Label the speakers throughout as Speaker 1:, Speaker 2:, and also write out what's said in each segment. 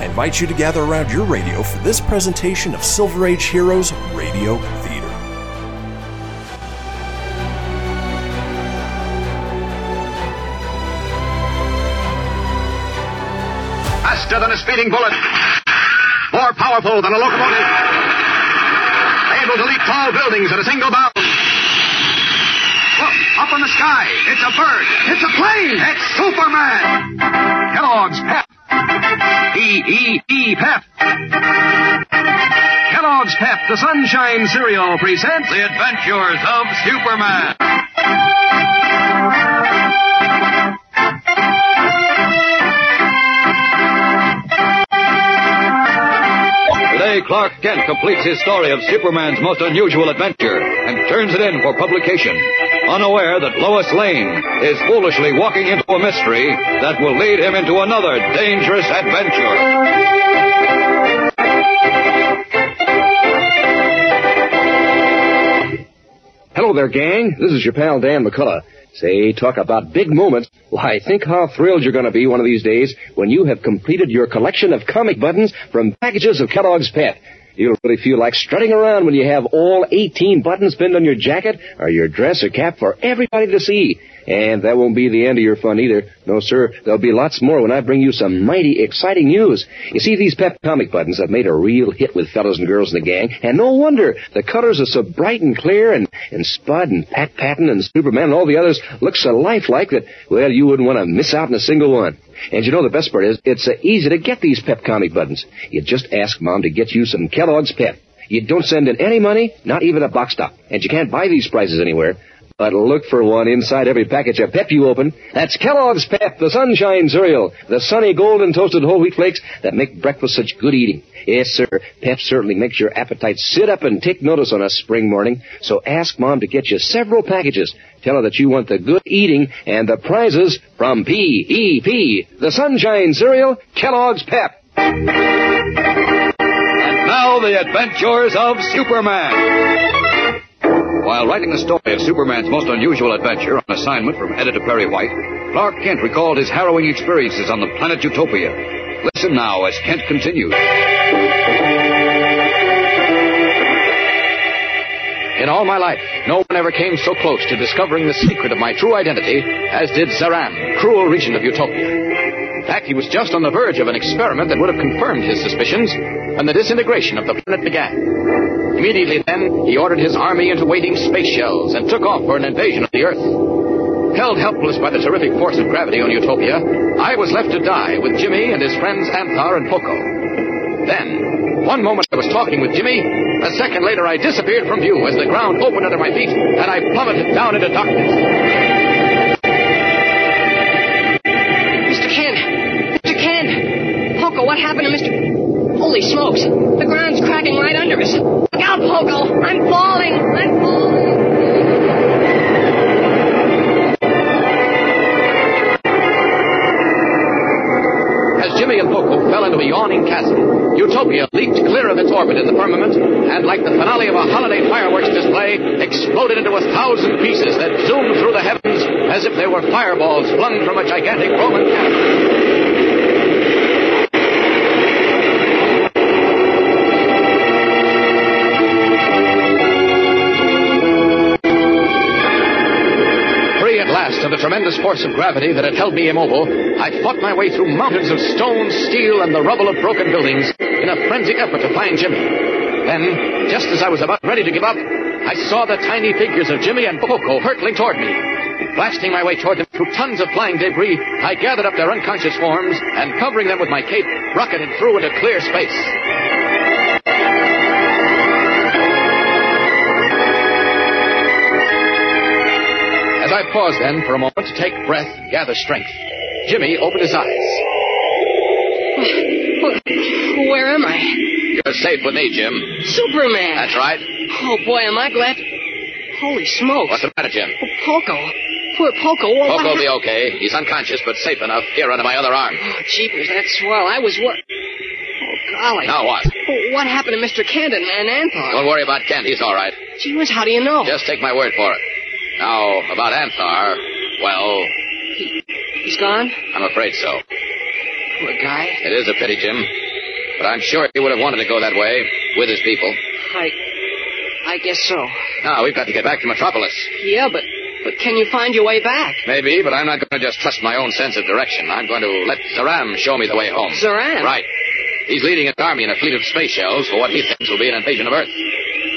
Speaker 1: I invite you to gather around your radio for this presentation of Silver Age Heroes Radio Theater.
Speaker 2: faster than a speeding bullet, more powerful than a locomotive, able to leap tall buildings at a single bound. Look, up in the sky, it's a bird, it's a plane, it's Superman. Kellogg's Pep. P-E-E Pep. Kellogg's Pep, the Sunshine Cereal, presents The Adventures of Superman. Today, Clark Kent completes his story of Superman's most unusual adventure and turns it in for publication, unaware that Lois Lane is foolishly walking into a mystery that will lead him into another dangerous adventure.
Speaker 3: Hello there, gang. This is your pal Dan McCullough. Say, talk about big moments. Why, think how thrilled you're going to be one of these days when you have completed your collection of comic buttons from packages of Kellogg's Pet. You'll really feel like strutting around when you have all 18 buttons pinned on your jacket or your dress or cap for everybody to see. And that won't be the end of your fun either. No, sir. There'll be lots more when I bring you some mighty exciting news. You see, these Pep comic buttons have made a real hit with fellows and girls in the gang, and no wonder. The colors are so bright and clear, and, and Spud and Pat Patton and Superman and all the others look so lifelike that, well, you wouldn't want to miss out on a single one. And you know, the best part is, it's uh, easy to get these Pep comic buttons. You just ask Mom to get you some Kellogg's Pep. You don't send in any money, not even a box stop. And you can't buy these prizes anywhere. But look for one inside every package of Pep you open. That's Kellogg's Pep, the Sunshine Cereal, the sunny golden toasted whole wheat flakes that make breakfast such good eating. Yes, sir, Pep certainly makes your appetite sit up and take notice on a spring morning. So ask Mom to get you several packages. Tell her that you want the good eating and the prizes from P.E.P., the Sunshine Cereal, Kellogg's Pep.
Speaker 2: And now, The Adventures of Superman. While writing the story of Superman's most unusual adventure on assignment from editor Perry White, Clark Kent recalled his harrowing experiences on the planet Utopia. Listen now as Kent continues.
Speaker 4: In all my life, no one ever came so close to discovering the secret of my true identity as did Zaran, cruel regent of Utopia. In fact, he was just on the verge of an experiment that would have confirmed his suspicions when the disintegration of the planet began. Immediately then, he ordered his army into waiting space shells and took off for an invasion of the Earth. Held helpless by the terrific force of gravity on Utopia, I was left to die with Jimmy and his friends Anthar and Poco. Then, one moment I was talking with Jimmy, a second later I disappeared from view as the ground opened under my feet and I plummeted down into darkness.
Speaker 5: Mr. Kent! Mr. Kent! Poco, what happened to Mr. Holy smokes! The ground's cracking right under us. Look out, Poco! I'm falling! I'm falling!
Speaker 4: As Jimmy and Poco fell into a yawning chasm, Utopia leaped clear of its orbit in the firmament and, like the finale of a holiday fireworks display, exploded into a thousand pieces that zoomed through the heavens as if they were fireballs flung from a gigantic Roman cannon. Free at last of the tremendous force of gravity that had held me immobile, I fought my way through mountains of stone, steel, and the rubble of broken buildings in a frenzied effort to find Jimmy. Then, just as I was about ready to give up, I saw the tiny figures of Jimmy and Poco hurtling toward me. Blasting my way toward them through tons of flying debris, I gathered up their unconscious forms and, covering them with my cape, rocketed through into clear space. I paused then for a moment to take breath and gather strength, Jimmy opened his eyes.
Speaker 6: Where am I?
Speaker 4: You're safe with me, Jim.
Speaker 6: Superman.
Speaker 4: That's right.
Speaker 6: Oh, boy, am I glad. Holy smokes.
Speaker 4: What's the matter, Jim?
Speaker 6: Oh, Polko. Poor Polko. Well,
Speaker 4: Polko'll be okay. He's unconscious, but safe enough here under my other arm.
Speaker 6: Oh, jeepers, that's swell. I was what? Oh, golly.
Speaker 4: Now what?
Speaker 6: Oh, what happened to Mr. Kent and, and Anthony?
Speaker 4: Don't worry about Kent. He's all right.
Speaker 6: Gee whiz, how do you know?
Speaker 4: Just take my word for it. Now, about Anthar, well.
Speaker 6: He, he's gone?
Speaker 4: I'm afraid so.
Speaker 6: Poor guy.
Speaker 4: It is a pity, Jim. But I'm sure he would have wanted to go that way with his people.
Speaker 6: I. I guess so.
Speaker 4: Now, we've got to get back to Metropolis.
Speaker 6: Yeah, but. But can you find your way back?
Speaker 4: Maybe, but I'm not going to just trust my own sense of direction. I'm going to let Zaram show me the way home.
Speaker 6: Zaram?
Speaker 4: Right. He's leading an army in a fleet of space shells for what he thinks will be an invasion of Earth.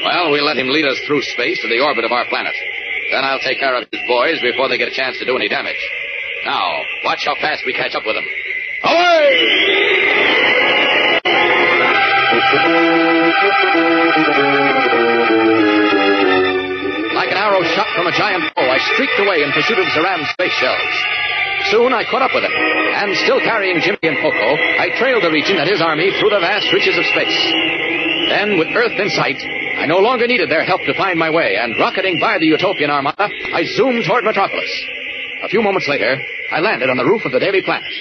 Speaker 4: Well, we'll let him lead us through space to the orbit of our planet. Then I'll take care of his boys before they get a chance to do any damage. Now, watch how fast we catch up with them. Away! Like an arrow shot from a giant bow, I streaked away in pursuit of Zaram's space shells. Soon I caught up with him, and still carrying Jimmy and Poco, I trailed the region and his army through the vast reaches of space. Then, with Earth in sight, I no longer needed their help to find my way, and rocketing by the Utopian Armada, I zoomed toward Metropolis. A few moments later, I landed on the roof of the Daily Planet.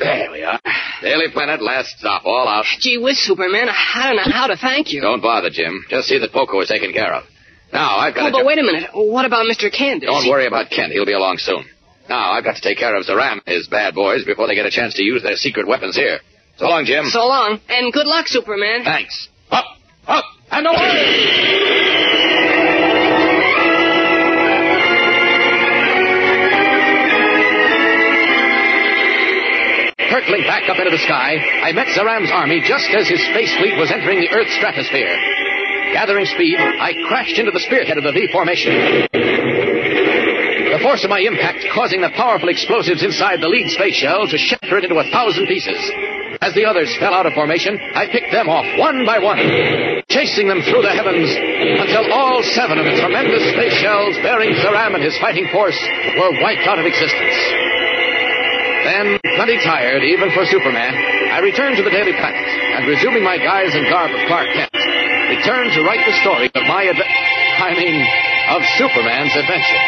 Speaker 4: There we are. Daily Planet, last stop, all out.
Speaker 6: Gee whiz, Superman, I don't know how to thank you.
Speaker 4: Don't bother, Jim. Just see that Poco is taken care of. Now, I've got
Speaker 6: oh,
Speaker 4: to...
Speaker 6: but ju- wait a minute. What about Mr. Kent?
Speaker 4: Don't he... worry about Kent. He'll be along soon. Now, I've got to take care of Zaram and his bad boys before they get a chance to use their secret weapons here. So long, Jim.
Speaker 6: So long, and good luck, Superman.
Speaker 4: Thanks. Up, up, and away! Hurtling back up into the sky, I met Zaram's army just as his space fleet was entering the Earth's stratosphere. Gathering speed, I crashed into the spearhead of the V formation. The force of my impact causing the powerful explosives inside the lead space shell to shatter it into a thousand pieces. As the others fell out of formation, I picked them off one by one, chasing them through the heavens until all seven of the tremendous space shells bearing Zaram and his fighting force were wiped out of existence. Then, plenty tired, even for Superman, I returned to the Daily Planet and, resuming my guise and garb of Clark Kent, returned to write the story of my adventure. I mean, of Superman's adventure.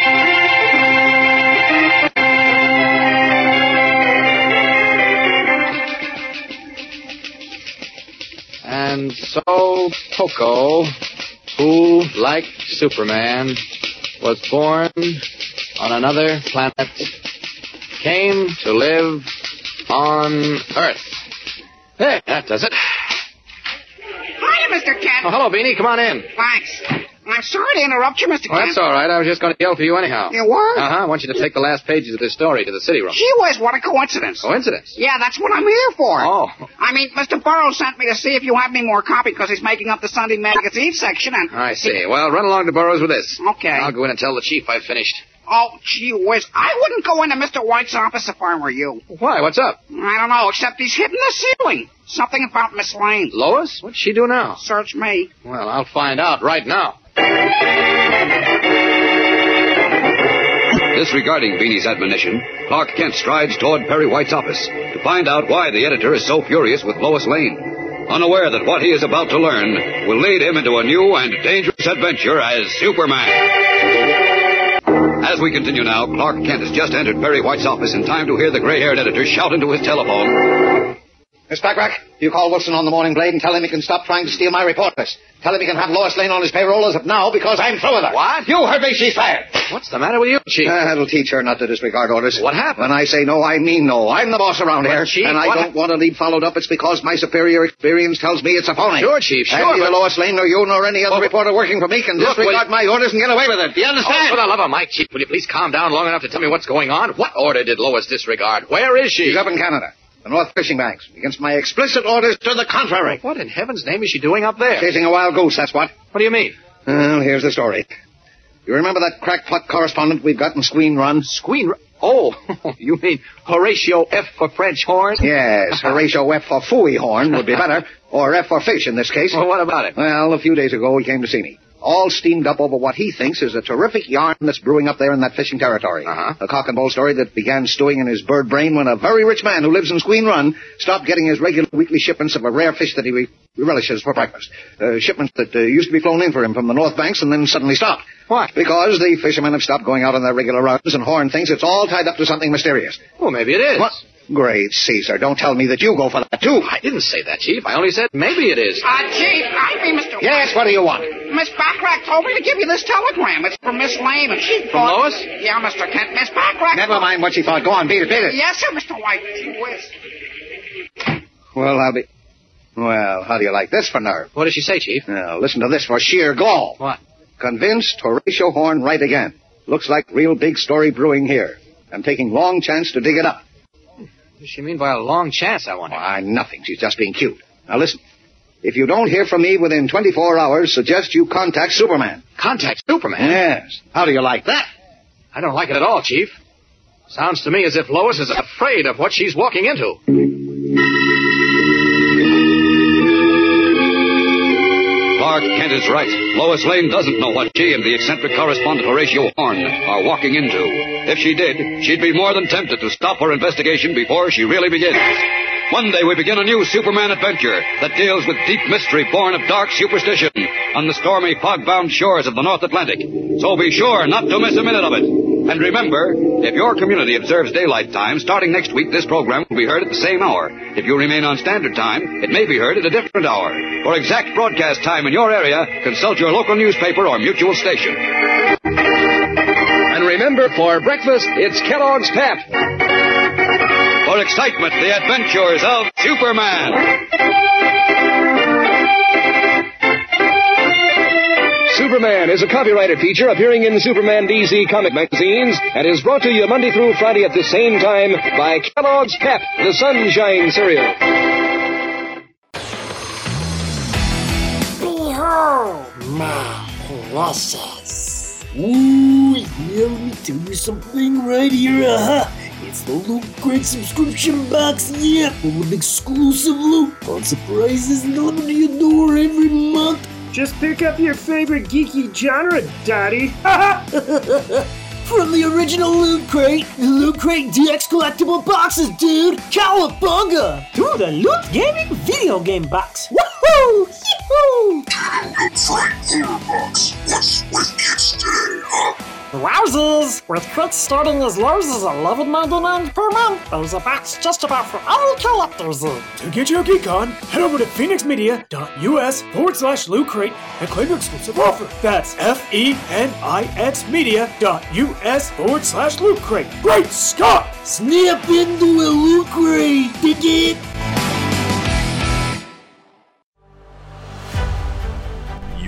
Speaker 4: And so Poco, who, like Superman, was born on another planet, came to live on Earth. Hey, that does it.
Speaker 7: Hiya, Mr. Kent.
Speaker 4: Oh, hello, Beanie. Come on in.
Speaker 7: Thanks. I'm sorry to interrupt you, Mr.
Speaker 4: Oh,
Speaker 7: Kent.
Speaker 4: that's all right. I was just going to yell for you anyhow.
Speaker 7: You were?
Speaker 4: Uh huh. I want you to take the last pages of this story to the city room.
Speaker 7: Gee whiz, what a coincidence.
Speaker 4: Coincidence?
Speaker 7: Yeah, that's what I'm here for.
Speaker 4: Oh.
Speaker 7: I mean, Mr. Burroughs sent me to see if you have any more copy because he's making up the Sunday magazine section and...
Speaker 4: I see. Well, run along to Burroughs with this.
Speaker 7: Okay.
Speaker 4: Uh, I'll go in and tell the chief I've finished.
Speaker 7: Oh, gee whiz. I wouldn't go into Mr. White's office if I were you.
Speaker 4: Why? What's up?
Speaker 7: I don't know, except he's hitting the ceiling. Something about Miss Lane.
Speaker 4: Lois? What's she do now?
Speaker 7: Search me.
Speaker 4: Well, I'll find out right now.
Speaker 2: Disregarding Beanie's admonition, Clark Kent strides toward Perry White's office to find out why the editor is so furious with Lois Lane, unaware that what he is about to learn will lead him into a new and dangerous adventure as Superman. As we continue now, Clark Kent has just entered Perry White's office in time to hear the gray haired editor shout into his telephone.
Speaker 8: Miss Backrack, you call Wilson on the morning blade and tell him he can stop trying to steal my report list. Tell him he can have Lois Lane on his payroll as of now because I'm through with her.
Speaker 9: What?
Speaker 8: You heard me. She's fired.
Speaker 9: What's the matter with you, Chief?
Speaker 8: Ah, that'll teach her not to disregard orders.
Speaker 9: What happened?
Speaker 8: When I say no, I mean no. I'm the boss around
Speaker 9: But,
Speaker 8: here,
Speaker 9: Chief,
Speaker 8: and I
Speaker 9: what-
Speaker 8: don't want to leave followed up. It's because my superior experience tells me it's a phony.
Speaker 9: Sure, Chief,
Speaker 8: And
Speaker 9: sure,
Speaker 8: neither
Speaker 9: but-
Speaker 8: Lois Lane nor you nor any other
Speaker 9: Oh, but-
Speaker 8: reporter working for me can
Speaker 9: Look, will
Speaker 8: disregard
Speaker 9: you-
Speaker 8: my orders and get away with it. Do you understand?
Speaker 9: Oh, for the love of Mike, Chief, will you please calm down long enough to tell me what's going on? What order did Lois disregard? Where is she?
Speaker 8: She's up in Canada, the North Fishing Banks, against my explicit orders to the contrary.
Speaker 9: What in heaven's name is she doing up there?
Speaker 8: Chasing a wild goose, that's what.
Speaker 9: What do you mean?
Speaker 8: Well, here's the story. You remember that crackpot correspondent we've got in Squeen Run?
Speaker 9: Squeen. r- Oh, you mean Horatio F for French horn?
Speaker 8: Yes, Horatio F for Fooey Horn would be better, or F for Fish in this case.
Speaker 9: Well, what about it?
Speaker 8: Well, a few days ago he came to see me, all steamed up over what he thinks is a terrific yarn that's brewing up there in that fishing territory.
Speaker 9: Uh-huh.
Speaker 8: A cock and bull story that began stewing in his bird brain when a very rich man who lives in Squeen Run stopped getting his regular weekly shipments of a rare fish that he re- relishes for breakfast. Uh, shipments that uh, used to be flown in for him from the North Banks and then suddenly stopped.
Speaker 9: Why?
Speaker 8: Because the fishermen have stopped going out on their regular runs, and Horn thinks it's all tied up to something mysterious.
Speaker 9: Well, maybe it is.
Speaker 8: What? Great Caesar, don't tell me that you go for that, too.
Speaker 9: I didn't say that, Chief. I only said maybe it is.
Speaker 7: Uh, Chief, I mean, Mr.
Speaker 8: Yes, what do you want?
Speaker 7: Miss Backrack told me to give you this telegram. It's from Miss Lane, and she
Speaker 9: From
Speaker 7: thought...
Speaker 9: Lois?
Speaker 7: Yeah, Mr. Kent. Miss Backrack...
Speaker 8: Never mind what she thought. Go on, beat it, beat it.
Speaker 7: Yes, sir, Mr. White. Gee whiz.
Speaker 8: Well, I'll be. Well, how do you like this for nerve?
Speaker 9: What did she say, Chief?
Speaker 8: Now, listen to this for sheer gall.
Speaker 9: What?
Speaker 8: Convinced Horatio Horn right again. Looks like real big story brewing here. I'm taking long chance to dig it up.
Speaker 9: What does she mean by a long chance, I wonder?
Speaker 8: Why, nothing. She's just being cute. Now, listen. If you don't hear from me within 24 hours, suggest you contact Superman.
Speaker 9: Contact Superman?
Speaker 8: Yes. How do you like that?
Speaker 9: I don't like it at all, Chief. Sounds to me as if Lois is afraid of what she's walking into.
Speaker 2: Clark Kent is right. Lois Lane doesn't know what she and the eccentric correspondent Horatio Horn are walking into. If she did, she'd be more than tempted to stop her investigation before she really begins. Monday, we begin a new Superman adventure that deals with deep mystery born of dark superstition on the stormy, fog-bound shores of the North Atlantic. So be sure not to miss a minute of it. And remember, if your community observes daylight time, starting next week, this program will be heard at the same hour. If you remain on standard time, it may be heard at a different hour. For exact broadcast time in your area, consult your local newspaper or mutual station.
Speaker 9: And remember, for breakfast, it's Kellogg's Pep.
Speaker 2: For excitement, the adventures of Superman.
Speaker 3: Superman is a copyrighted feature appearing in Superman DC comic magazines and is brought to you Monday through Friday at the same time by Kellogg's Pep, the Sunshine Cereal.
Speaker 10: Behold my precious. Ooh, yeah, let me tell you something right here. Aha! It's the Loot Crate subscription box, yeah, full of exclusive loot, fun surprises delivered to your door every month.
Speaker 11: Just pick up your favorite geeky genre, Dottie.
Speaker 10: From the original Loot Crate, the Loot Crate DX collectible boxes, dude! Cowabunga!
Speaker 11: To the Loot Gaming video game box.
Speaker 10: Woohoo! Yee-hoo!
Speaker 11: Wowzers! With crits starting as low as 11.99 per month, there's a box just about for all collectors. To get your geek on, head over to phoenixmedia.us forward slash loot crate and claim your exclusive offer. That's E F-E-N-I-X media.us forward slash loot crate. Great Scott!
Speaker 10: Snap into a Loot Crate, dig it!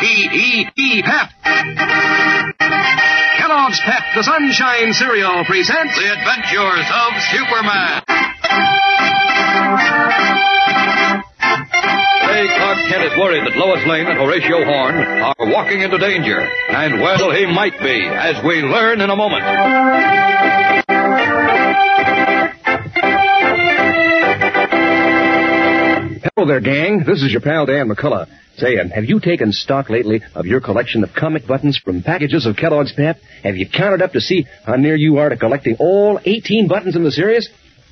Speaker 6: P-E-P Pep. Kellogg's Pep, the Sunshine Cereal, presents
Speaker 2: The adventures of Superman. Ray Clark Kent is worried that Lois Lane and Horatio Horn are walking into danger. And well, he might be, as we learn in a moment.
Speaker 3: Hello there, gang. This is your pal Dan McCullough. Say, um, have you taken stock lately of your collection of comic buttons from packages of Kellogg's Pep? Have you counted up to see how near you are to collecting all 18 buttons in the series?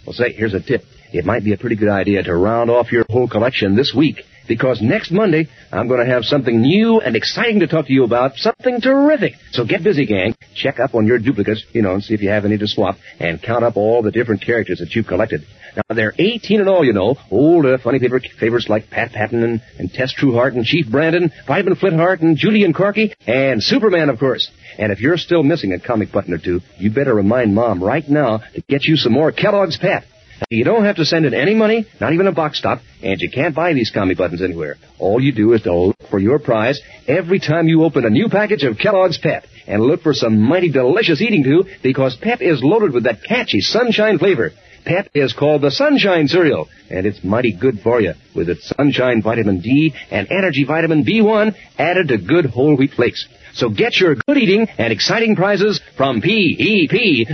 Speaker 3: Well, say, here's a tip. It might be a pretty good idea to round off your whole collection this week, because next Monday, I'm going to have something new and exciting to talk to you about, something terrific. So get busy, gang. Check up on your duplicates, you know, and see if you have any to swap, and count up all the different characters that you've collected. Now, there are 18 in all, you know. Old, uh, funny favorite favorites like Pat Patton and, and Tess Trueheart and Chief Brandon, Fireman Flintheart and Julian Corky, and Superman, of course. And if you're still missing a comic button or two, you better remind Mom right now to get you some more Kellogg's Pep. You don't have to send in any money, not even a box stop, and you can't buy these comic buttons anywhere. All you do is to look for your prize every time you open a new package of Kellogg's Pep. And look for some mighty delicious eating too, because Pep is loaded with that catchy sunshine flavor. Pep is called the Sunshine Cereal, and it's mighty good for you with its sunshine vitamin D and energy vitamin B1 added to good whole wheat flakes. So get your good eating and exciting prizes from PEP,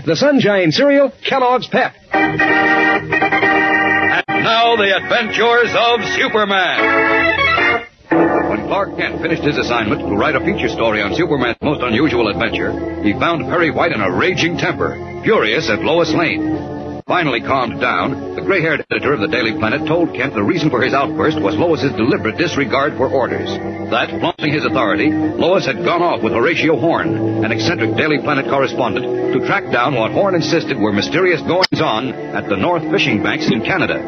Speaker 3: the Sunshine Cereal, Kellogg's Pep.
Speaker 2: Now the adventures of Superman. When Clark Kent finished his assignment to write a feature story on Superman's most unusual adventure, he found Perry White in a raging temper, furious at Lois Lane. Finally calmed down, the gray haired editor of the Daily Planet told Kent the reason for his outburst was Lois's deliberate disregard for orders. That, flaunting his authority, Lois had gone off with Horatio Horn, an eccentric Daily Planet correspondent, to track down what Horn insisted were mysterious goings on at the North Fishing Banks in Canada.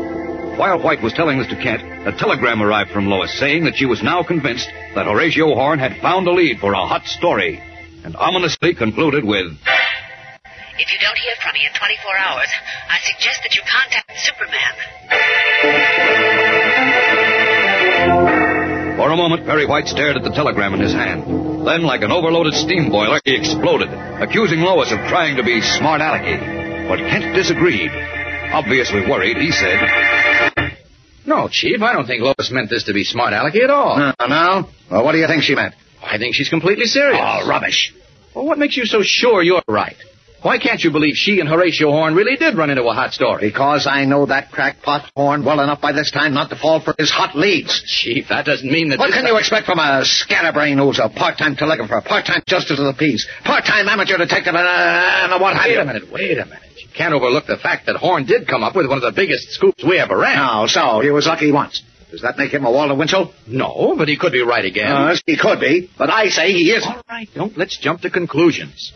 Speaker 2: While White was telling this to Kent, a telegram arrived from Lois saying that she was now convinced that Horatio Horn had found a lead for a hot story, and ominously concluded with,
Speaker 12: If you don't hear from me in 24 hours, I suggest that you contact Superman.
Speaker 2: For a moment, Perry White stared at the telegram in his hand. Then, like an overloaded steam boiler, he exploded, accusing Lois of trying to be smart alecky. But Kent disagreed. Obviously worried, he said,
Speaker 4: No, Chief, I don't think Lois meant this to be smart alecky at all.
Speaker 8: No, no. Well, what do you think she meant?
Speaker 4: I think she's completely serious.
Speaker 8: Oh, rubbish.
Speaker 4: Well, what makes you so sure you're right? Why can't you believe she and Horatio Horn really did run into a hot story?
Speaker 8: Because I know that crackpot Horn well enough by this time not to fall for his hot leads.
Speaker 4: Chief, that doesn't mean that.
Speaker 8: What
Speaker 4: this-
Speaker 8: can you expect from a scatterbrain who's a part-time telegrapher, part-time justice of the peace, part-time amateur detective, and, uh, and what have
Speaker 4: Wait
Speaker 8: you?
Speaker 4: a minute, wait a minute. You can't overlook the fact that Horn did come up with one of the biggest scoops we ever ran.
Speaker 8: No, so he was lucky once. Does that make him a Walter Winchell?
Speaker 4: No, but he could be right again.
Speaker 8: Uh, he could be, but I say he isn't.
Speaker 4: All right, don't let's jump to conclusions.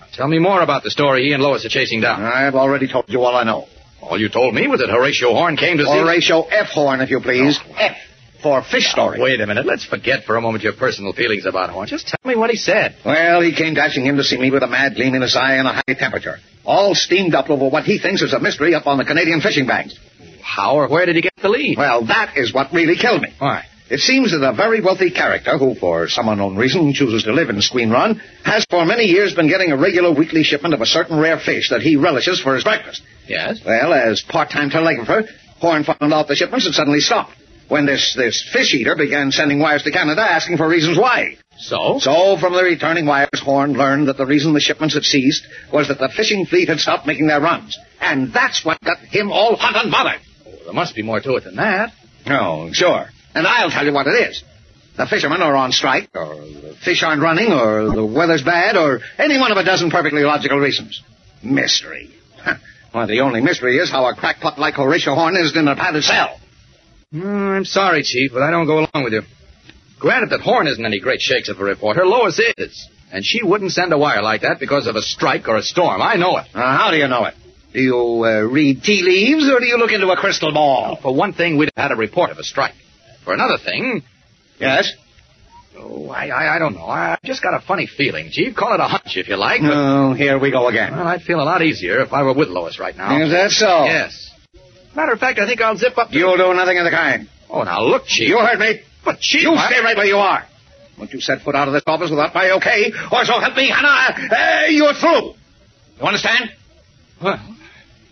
Speaker 4: Now, tell me more about the story he and Lois are chasing down.
Speaker 8: I've already told you all I know.
Speaker 4: All you told me was that Horatio Horn came to see.
Speaker 8: Horatio F. Horn, if you please. F. For fish story.
Speaker 4: Wait a minute. Let's forget for a moment your personal feelings about Horn. Just tell me what he said.
Speaker 8: Well, he came dashing in to see me with a mad gleam in his eye and a high temperature. All steamed up over what he thinks is a mystery up on the Canadian fishing banks.
Speaker 4: How or where did he get the lead?
Speaker 8: Well, that is what really killed me.
Speaker 4: Why?
Speaker 8: It seems that a very wealthy character, who for some unknown reason chooses to live in Squeen Run, has for many years been getting a regular weekly shipment of a certain rare fish that he relishes for his breakfast.
Speaker 4: Yes.
Speaker 8: Well, as part-time telegrapher, Horn found out the shipments and suddenly stopped. When this, this fish eater began sending wires to Canada asking for reasons why.
Speaker 4: So?
Speaker 8: So, from the returning wires, Horn learned that the reason the shipments had ceased was that the fishing fleet had stopped making their runs. And that's what got him all hot and bothered.
Speaker 4: Oh, there must be more to it than that.
Speaker 8: Oh, sure. And I'll tell you what it is. The fishermen are on strike, or the fish aren't running, or the weather's bad, or any one of a dozen perfectly logical reasons. Mystery. Huh. Well, the only mystery is how a crackpot like Horatio Horn isn't in a padded cell.
Speaker 4: Mm, I'm sorry, Chief, but I don't go along with you. Granted that Horn isn't any great shakes of a reporter, Lois is. And she wouldn't send a wire like that because of a strike or a storm. I know it.
Speaker 8: Uh, how do you know it? Do you uh, read tea leaves, or do you look into a crystal ball?
Speaker 4: For one thing, we'd have had a report of a strike. For another thing,
Speaker 8: Yes?
Speaker 4: oh, I, I, I don't know. I, I just got a funny feeling, Chief. Call it a hunch if you like. But,
Speaker 8: Oh, here we go again.
Speaker 4: well, I'd feel a lot easier if I were with Lois right now.
Speaker 8: Is that so?
Speaker 4: Yes. Matter of fact, I think I'll zip up. to-
Speaker 8: You'll do nothing of the kind.
Speaker 4: Oh, now look, Chief.
Speaker 8: You heard me.
Speaker 4: But Chief,
Speaker 8: You
Speaker 4: I-
Speaker 8: stay right where you are. Won't you set foot out of this office without my okay, or so help me, Hannah, uh, you're through. You understand?
Speaker 4: Well,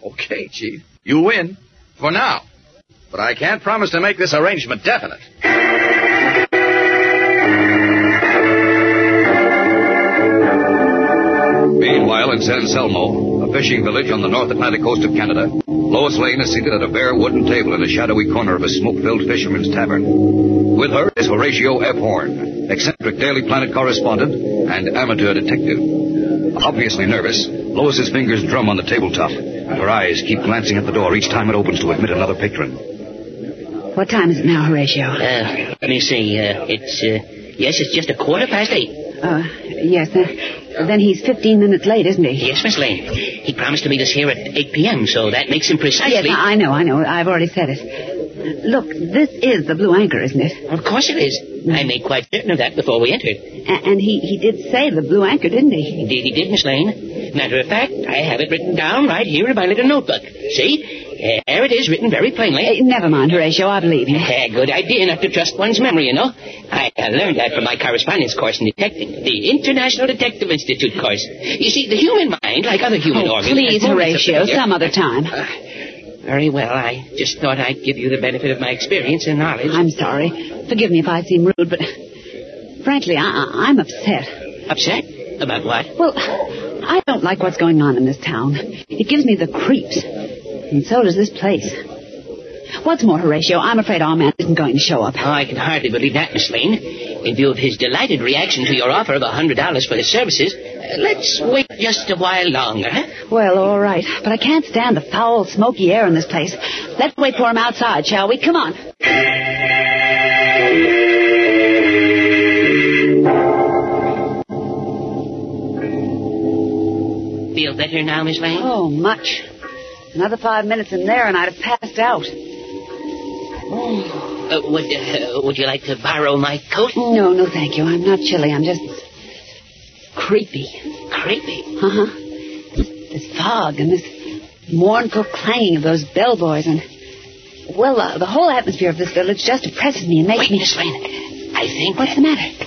Speaker 4: okay, Chief. You win. For now. But I can't promise to make this arrangement definite.
Speaker 2: Meanwhile, in San Anselmo, a fishing village on the North Atlantic coast of Canada. Lois Lane is seated at a bare wooden table in a shadowy corner of a smoke filled fisherman's tavern. With her is Horatio F. Horn, eccentric Daily Planet correspondent and amateur detective. Obviously nervous, Lois's fingers drum on the tabletop, and her eyes keep glancing at the door each time it opens to admit another patron.
Speaker 12: What time is it now, Horatio?
Speaker 5: Uh, let me see. Uh, it's, uh, yes, it's just a quarter past eight.
Speaker 12: Uh, yes. Uh, then he's 15 minutes late, isn't he?
Speaker 5: Yes, Miss Lane. He promised to meet us here at 8 p.m., so that makes him precisely.
Speaker 12: Yes, I know, I know. I've already said it. Look, this is the Blue Anchor, isn't it?
Speaker 5: Of course it is. I made quite certain of that before we entered.
Speaker 12: A- and he, he did say the Blue Anchor, didn't he?
Speaker 5: Indeed, he did, Miss Lane. Matter of fact, I have it written down right here in my little notebook. See? There it is written very plainly.
Speaker 12: Uh, never mind, Horatio. I believe you.
Speaker 5: Uh, good idea not to trust one's memory, you know. I uh, learned that from my correspondence course in detecting, the International Detective Institute course. You see, the human mind, like other human
Speaker 12: Oh,
Speaker 5: organs...
Speaker 12: please,
Speaker 5: has
Speaker 12: Horatio,
Speaker 5: moments of failure.
Speaker 12: some other time.
Speaker 5: Uh, Very well. I just thought I'd give you the benefit of my experience and knowledge.
Speaker 12: I'm sorry. Forgive me if I seem rude, but frankly, I, I- I'm upset.
Speaker 5: Upset? About what?
Speaker 12: Well, I don't like what's going on in this town. It gives me the creeps. And so does this place. What's more, Horatio, I'm afraid our man isn't going to show up.
Speaker 5: Oh, I can hardly believe that, Miss Lane. In view of his delighted reaction to your offer of a $100 for his services, uh, let's wait just a while longer, huh?
Speaker 12: Well, all right. But I can't stand the foul, smoky air in this place. Let's wait for him outside, shall we? Come on.
Speaker 5: Feel better now, Miss Lane?
Speaker 12: Oh, much. Another five minutes in there, and I'd have passed out.
Speaker 5: Uh, would, uh, would you like to borrow my coat?
Speaker 12: No, no, thank you. I'm not chilly. I'm just creepy.
Speaker 5: Creepy?
Speaker 12: Uh huh. This fog and this mournful clanging of those bellboys and. Well, uh, the whole atmosphere of this village just oppresses me and makes me.
Speaker 5: Miss Lane, I think.
Speaker 12: What's the matter?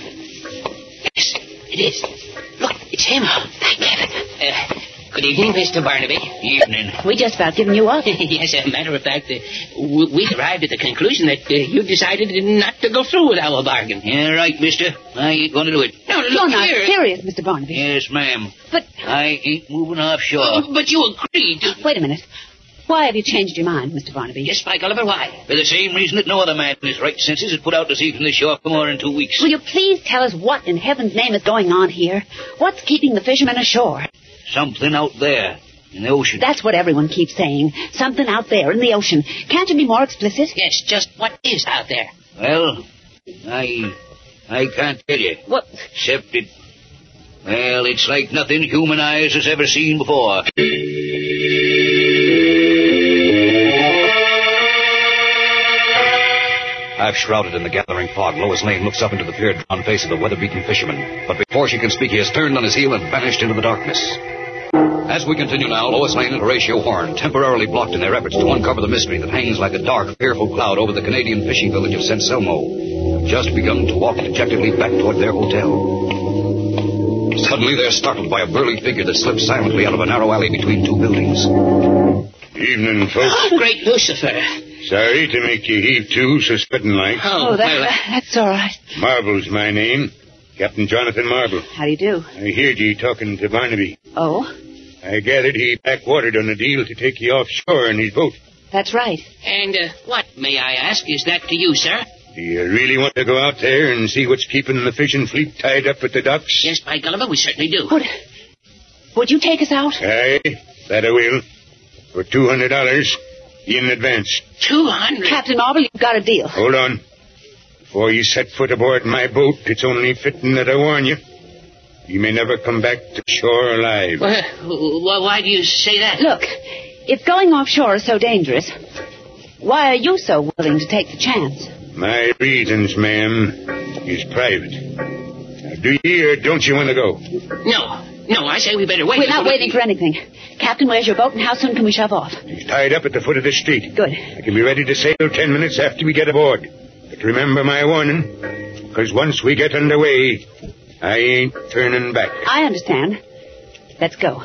Speaker 5: Yes, it is. Look, it's him.
Speaker 12: Oh,
Speaker 5: Thank heaven. Uh, good evening, Mr. Barnaby. Evening.
Speaker 12: We just about given you up.
Speaker 5: yes, as a matter of fact, uh, w- we arrived at the conclusion that uh, you decided not to go through with our bargain.
Speaker 13: Yeah, right, mister. I ain't going to do it.
Speaker 5: No, look
Speaker 12: You're not
Speaker 5: here.
Speaker 12: serious, Mr. Barnaby.
Speaker 13: Yes, ma'am.
Speaker 12: But
Speaker 13: I ain't moving offshore.
Speaker 5: But you agreed.
Speaker 12: Wait a minute. Why have you changed your mind, Mr. Barnaby?
Speaker 5: Yes, by Gulliver, why?
Speaker 13: For the same reason that no other man in his right senses is put out to sea from the shore for more than two weeks.
Speaker 12: Will you please tell us what in heaven's name is going on here? What's keeping the fishermen ashore?
Speaker 13: Something out there in the ocean.
Speaker 12: That's what everyone keeps saying. Something out there in the ocean. Can't you be more explicit?
Speaker 5: Yes, just what is out there?
Speaker 13: Well, I I can't tell you.
Speaker 12: What?
Speaker 13: Except it. Well, it's like nothing human eyes has ever seen before.
Speaker 2: Half shrouded in the gathering fog, Lois Lane looks up into the fear drawn face of the weather beaten fisherman. But before she can speak, he has turned on his heel and vanished into the darkness. As we continue now, Lois Lane and Horatio Horn, temporarily blocked in their efforts to uncover the mystery that hangs like a dark, fearful cloud over the Canadian fishing village of San Selmo, have just begun to walk dejectedly back toward their hotel. Suddenly, they're startled by a burly figure that slips silently out of a narrow alley between two buildings.
Speaker 14: Evening, folks.
Speaker 5: Oh, Great Lucifer.
Speaker 14: Sorry to make you heave to so sudden like.
Speaker 5: Oh,
Speaker 12: that, that's all right.
Speaker 14: Marble's my name. Captain Jonathan Marble.
Speaker 12: How do you do?
Speaker 14: I heard you talking to Barnaby.
Speaker 12: Oh,
Speaker 14: I gathered he backwatered on a deal to take you offshore in his boat.
Speaker 12: that's right.
Speaker 5: And uh, what, may I ask, is that to you, sir?
Speaker 14: Do you really want to go out there and see what's keeping the fishing fleet tied up at the docks?
Speaker 5: Yes, by Gulliver, we certainly do.
Speaker 12: Would you take us out?
Speaker 14: Aye, that I will. For two hundred dollars in advance.
Speaker 5: Two hundred.
Speaker 12: Captain Marble, you've got a deal.
Speaker 14: Hold on. Before you set foot aboard my boat, it's only fitting that I warn you. You may never come back to shore alive.
Speaker 5: Well, wh- why do you say that?
Speaker 12: Look, if going offshore is so dangerous, why are you so willing to take the chance?
Speaker 14: My reasons, ma'am, is private. Now, do you or don't you want to go?
Speaker 5: No, no, I say we better wait.
Speaker 12: We're not waiting for anything. Captain, where's your boat and how soon can we shove off?
Speaker 14: He's tied up at the foot of the street.
Speaker 12: Good.
Speaker 14: I can be ready to sail ten minutes after we get aboard. But remember my warning, because once we get underway, I ain't turning back.
Speaker 12: I understand. Let's go.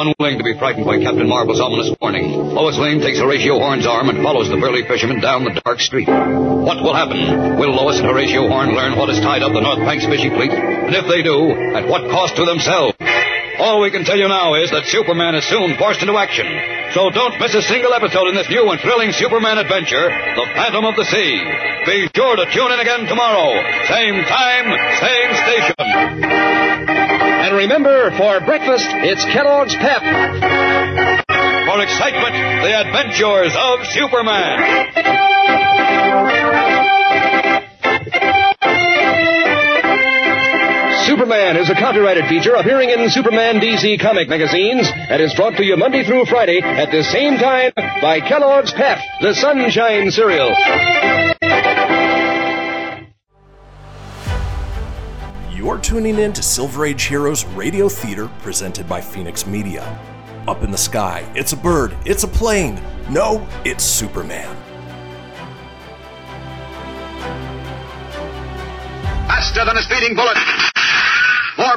Speaker 2: Unwilling to be frightened by Captain Marble's ominous warning, Lois Lane takes Horatio Horn's arm and follows the burly fisherman down the dark street. What will happen? Will Lois and Horatio Horn learn what has tied up the North Banks fishing fleet? And if they do, at what cost to themselves? All we can tell you now is that Superman is soon forced into action. So don't miss a single episode in this new and thrilling Superman adventure, The Phantom of the Sea. Be sure to tune in again tomorrow. Same time, same station.
Speaker 9: And remember, for breakfast, it's Kellogg's Pep.
Speaker 2: For excitement, the adventures of Superman.
Speaker 3: Superman is a copyrighted feature appearing in Superman DC comic magazines and is brought to you Monday through Friday at the same time by Kellogg's Pep, the Sunshine Cereal.
Speaker 1: You're tuning in to Silver Age Heroes Radio Theater presented by Phoenix Media. Up in the sky, it's a bird, it's a plane. No, it's Superman.
Speaker 6: Faster than a speeding bullet. More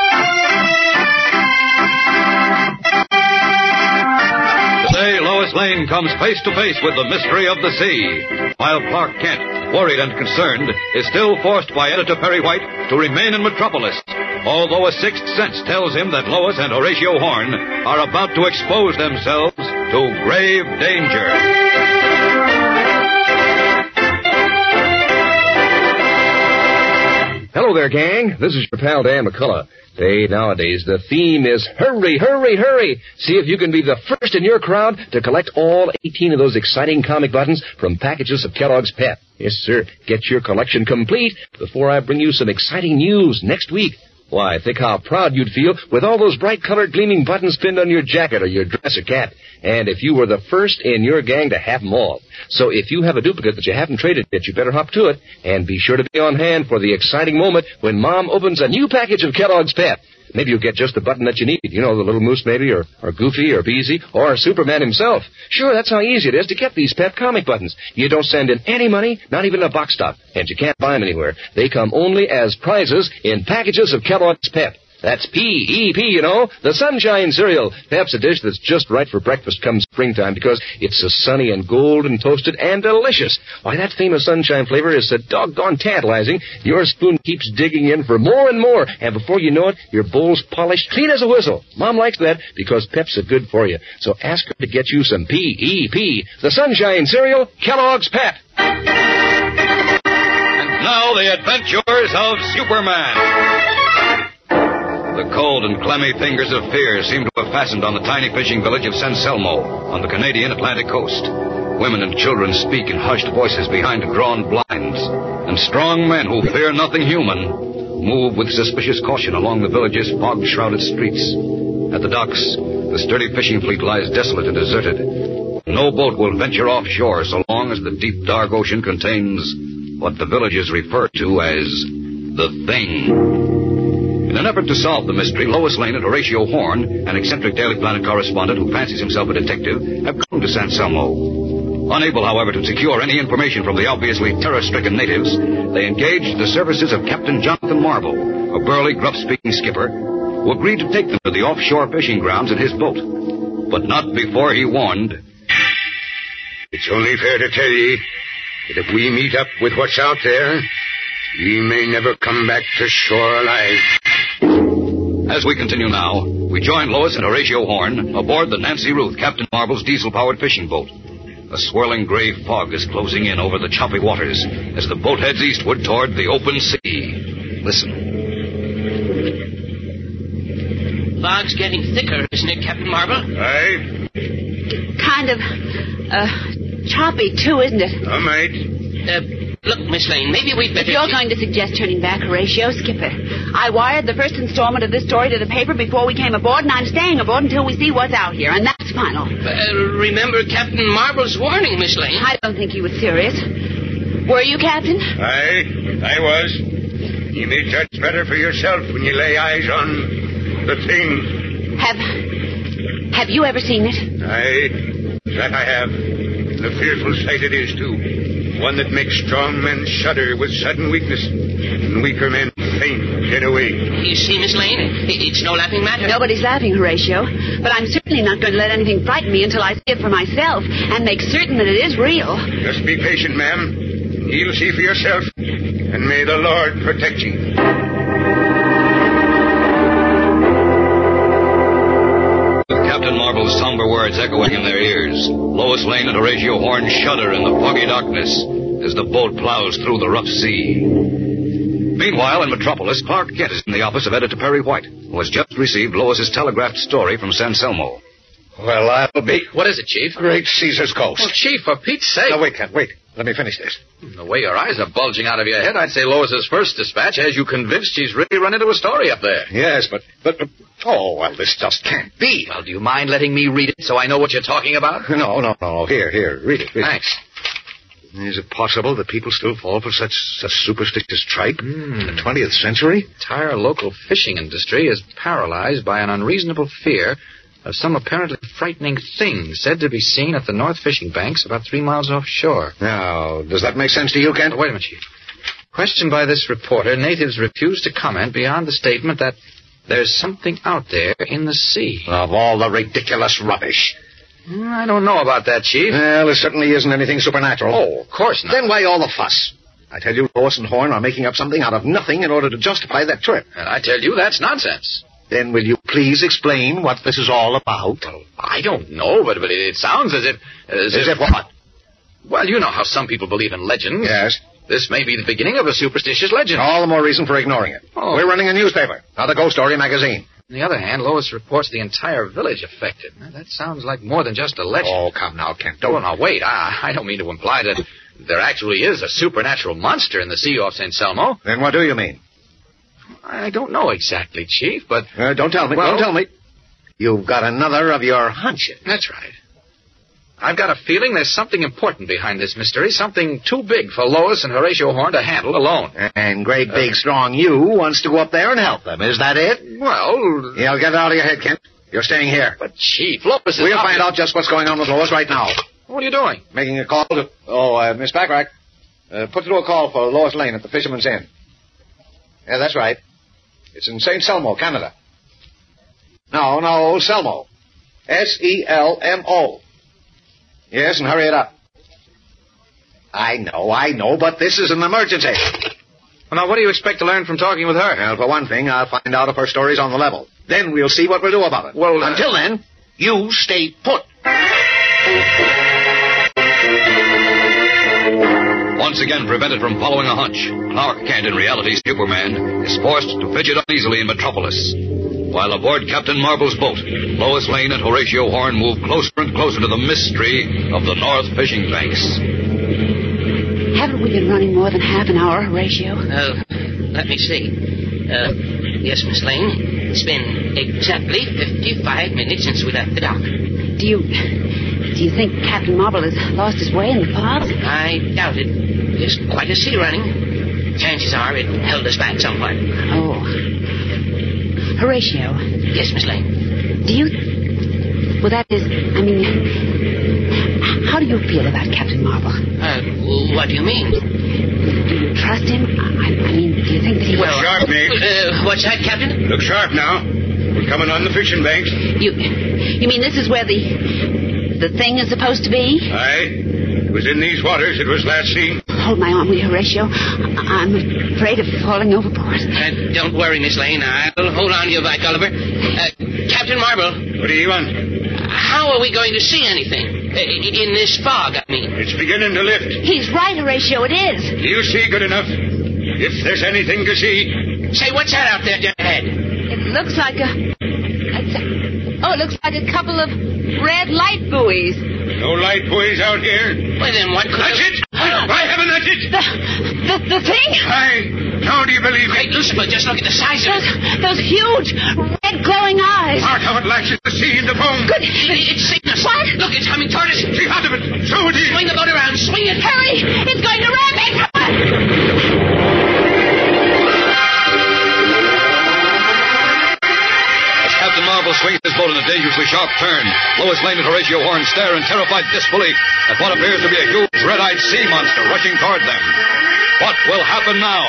Speaker 2: Today, Lois Lane comes face to face with the mystery of the sea, while Clark Kent, worried and concerned, is still forced by editor Perry White to remain in Metropolis, although a sixth sense tells him that Lois and Horatio Horn are about to expose themselves to grave danger.
Speaker 3: Hello there, gang. This is your pal Dan McCullough. Say, nowadays the theme is hurry, hurry, hurry. See if you can be the first in your crowd to collect all 18 of those exciting comic buttons from packages of Kellogg's Pep. Yes, sir. Get your collection complete before I bring you some exciting news next week. Why, think how proud you'd feel with all those bright colored gleaming buttons pinned on your jacket or your dress or cap. And if you were the first in your gang to have them all. So if you have a duplicate that you haven't traded yet, you better hop to it. And be sure to be on hand for the exciting moment when Mom opens a new package of Kellogg's Pep. Maybe you'll get just the button that you need. You know, the little moose maybe, or, or Goofy, or Beezy, or Superman himself. Sure, that's how easy it is to get these Pep comic buttons. You don't send in any money, not even a box stop, and you can't buy them anywhere. They come only as prizes in packages of Kellogg's Pep. That's P-E-P, you know, the sunshine cereal. Pep's a dish that's just right for breakfast come springtime because it's so sunny and golden toasted and delicious. Why, that famous sunshine flavor is so doggone tantalizing, your spoon keeps digging in for more and more, and before you know it, your bowl's polished clean as a whistle. Mom likes that because Pep's are good for you. So ask her to get you some P-E-P, the sunshine cereal, Kellogg's Pep.
Speaker 2: Now, the adventures of Superman. The cold and clammy fingers of fear seem to have fastened on the tiny fishing village of San Selmo on the Canadian Atlantic coast. Women and children speak in hushed voices behind drawn blinds, and strong men who fear nothing human move with suspicious caution along the village's fog shrouded streets. At the docks, the sturdy fishing fleet lies desolate and deserted. No boat will venture offshore so long as the deep dark ocean contains what the villagers refer to as the thing. In an effort to solve the mystery, Lois Lane and Horatio Horn, an eccentric Daily Planet correspondent who fancies himself a detective, have come to San Selmo. Unable, however, to secure any information from the obviously terror-stricken natives, they engaged the services of Captain Jonathan Marvel, a burly, gruff-speaking skipper, who agreed to take them to the offshore fishing grounds in his boat. But not before he warned.
Speaker 14: It's only fair to tell ye that if we meet up with what's out there, ye may never come back to shore alive.
Speaker 2: As we continue now, we join Lois and Horatio Horn aboard the Nancy Ruth, Captain Marvel's diesel-powered fishing boat. A swirling gray fog is closing in over the choppy waters as the boat heads eastward toward the open sea. Listen.
Speaker 5: Fog's getting thicker, isn't it, Captain Marvel?
Speaker 14: Aye,
Speaker 12: Kind of, uh, choppy, too, isn't it?
Speaker 14: all right.
Speaker 5: Uh, look, Miss Lane, maybe we'd
Speaker 12: If
Speaker 5: better.
Speaker 12: you're going to suggest turning back, Horatio, skip it. I wired the first installment of this story to the paper before we came aboard, and I'm staying aboard until we see what's out here, and that's final.
Speaker 5: Uh, remember Captain Marvel's warning, Miss Lane.
Speaker 12: I don't think he was serious.
Speaker 15: Were you, Captain?
Speaker 14: Aye, I was. You may judge better for yourself when you lay eyes on the thing.
Speaker 15: Have Have you ever seen it?
Speaker 14: Aye, that I have. And a fearful sight it is, too. One that makes strong men shudder with sudden weakness, and weaker men faint dead away.
Speaker 5: You see, Miss Lane, i- it's no laughing matter.
Speaker 12: Nobody's laughing, Horatio. But I'm certainly not going to let anything frighten me until I see it for myself and make certain that it is real.
Speaker 14: Just be patient, ma'am. You'll see for yourself, and may the Lord protect you.
Speaker 2: With Captain Marvel's somber words echoing in their ears, Lois Lane and Horatio Horn shudder in the foggy darkness as the boat plows through the rough sea. Meanwhile, in Metropolis, Clark Kent is in the office of Editor Perry White, who has just received Lois's telegraphed story from San Selmo.
Speaker 8: Well, I'll be.
Speaker 2: What is it, Chief?
Speaker 8: Great Caesar's Ghost.
Speaker 2: Well, Chief, for Pete's sake.
Speaker 8: Now, wait, Kent, wait. Let me finish this.
Speaker 4: Hmm, The way your eyes are bulging out of your head, I'd say Lois's first dispatch has you convinced she's really run into a story up there.
Speaker 8: Yes, but, but, but- oh, well, this just can't be.
Speaker 4: Well, do you mind letting me read it so I know what you're talking about?
Speaker 8: No, no, no. Here, here, read it. Read
Speaker 4: Thanks.
Speaker 8: It. Is it possible that people still fall for such a superstitious tripe in the 20th century?
Speaker 4: Hmm. entire local fishing industry is paralyzed by an unreasonable fear of some apparently frightening thing said to be seen at the north fishing banks about three miles offshore. Uh,
Speaker 8: Now, does that make sense to you, Kent?
Speaker 4: wait a minute, Chief. Questioned by this reporter, natives refuse to comment beyond the statement that there's something out there in the sea.
Speaker 8: Of all the ridiculous rubbish.
Speaker 4: Mm, I don't know about that, Chief.
Speaker 8: Well, there certainly isn't anything supernatural.
Speaker 4: Oh, of course not.
Speaker 8: Then why all the fuss? I tell you, Lois and Horn are making up something out of nothing in order to justify that trip.
Speaker 4: And I tell you, that's nonsense.
Speaker 8: Then will you please explain what this is all about?
Speaker 4: I don't know, but, but it, it sounds as if. As,
Speaker 8: As
Speaker 4: if,
Speaker 8: if what?
Speaker 4: Well, you know how some people believe in legends.
Speaker 8: Yes.
Speaker 4: This may be the beginning of a superstitious legend.
Speaker 8: All the more reason for ignoring it.
Speaker 4: Oh.
Speaker 8: We're running a newspaper, not a ghost story magazine.
Speaker 4: On the other hand, Lois reports the entire village affected. Now, that sounds like more than just a legend.
Speaker 8: Oh, come now, Kent.
Speaker 4: Oh, now, wait. I, I don't mean to imply that there actually is a supernatural monster in the sea off San Selmo.
Speaker 8: Then what do you mean?
Speaker 4: I don't know exactly, Chief, but.
Speaker 8: Uh, don't tell me.
Speaker 4: Well-
Speaker 8: don't tell me. You've got another of your hunches.
Speaker 4: That's right. I've got a feeling there's something important behind this mystery, something too big for Lois and Horatio Horn to handle alone.
Speaker 8: And great big strong you wants to go up there and help them. Is that it?
Speaker 4: Well,
Speaker 8: You'll get it out of your head, Kent. You're staying here.
Speaker 4: but Chief, Lois is.
Speaker 8: We'll
Speaker 4: obvi-
Speaker 8: find out just what's going on with Lois right now.
Speaker 4: What are you doing?
Speaker 8: Making a call to. Oh, uh, Miss Backrack. Uh, put through a call for Lois Lane at the Fisherman's Inn. Yeah, that's right. It's in St. Selmo, Canada. No, no, Selmo. S E L M O. Yes, and hurry it up. I know, I know, but this is an emergency.
Speaker 4: Well, now, what do you expect to learn from talking with her?
Speaker 8: Well, for one thing, I'll find out if her story's on the level. Then we'll see what we'll do about it.
Speaker 4: Well, uh,
Speaker 8: until then, you stay put.
Speaker 2: Once again prevented from following a hunch, Clark Kent, in reality Superman, is forced to fidget uneasily in Metropolis. While aboard Captain Marvel's boat, Lois Lane and Horatio Horn move closer and closer to the mystery of the North Fishing Banks.
Speaker 12: Haven't we been running more than half an hour, Horatio?
Speaker 5: Uh, let me see. Uh, yes, Miss Lane. It's been exactly 55 minutes since we left the dock.
Speaker 12: Do you do you think Captain Marvel has lost his way in the fog?
Speaker 5: I doubt it. There's quite a sea running. Chances are it held us back somewhat.
Speaker 12: Oh. Horatio,
Speaker 5: Yes, Miss Lane.
Speaker 12: do you well that is I mean how do you feel about Captain Marvel?
Speaker 5: Uh, what do you mean?
Speaker 12: Do you trust him? I, I mean, do you think that he
Speaker 14: Look sharp, Nate.
Speaker 5: Uh, what's that, Captain?
Speaker 14: Look sharp now. We're coming on the fishing banks.
Speaker 12: You you mean this is where the the thing is supposed to be?
Speaker 14: Aye. It was in these waters it was last seen.
Speaker 12: Hold my arm, will you, Horatio? I- I'm afraid of falling overboard.
Speaker 5: Uh, don't worry, Miss Lane. I'll hold on to your back, Oliver. Uh, Captain Marble,
Speaker 14: What do you want?
Speaker 5: how are we going to see anything? Uh, in this fog, I mean.
Speaker 14: It's beginning to lift.
Speaker 12: He's right, Horatio. It is.
Speaker 14: You see good enough. If there's anything to see,
Speaker 5: Say, what's that out there dead ahead?
Speaker 15: It looks like a. It's a oh, it looks like a couple of red light buoys.
Speaker 14: no light buoys out here.
Speaker 5: Well, then what could...
Speaker 14: That's it.
Speaker 16: on?
Speaker 14: Why haven't I did?
Speaker 16: The, the, the thing?
Speaker 14: I. How do you believe me? Great
Speaker 5: Lucifer, just look at the size
Speaker 16: Those, those huge, red glowing eyes.
Speaker 14: Part of it lashes the sea into foam.
Speaker 16: Good.
Speaker 5: It's seen us. What? Look, it's coming toward us.
Speaker 14: Keep out of it. So it is.
Speaker 5: Swing the boat around. Swing it.
Speaker 16: Hurry! It's going to rampage! Come on!
Speaker 2: As Captain Marvel swings his boat in a dangerously sharp turn, Lois Lane and Horatio Horn stare in terrified disbelief at what appears to be a huge red-eyed sea monster rushing toward them. What will happen now?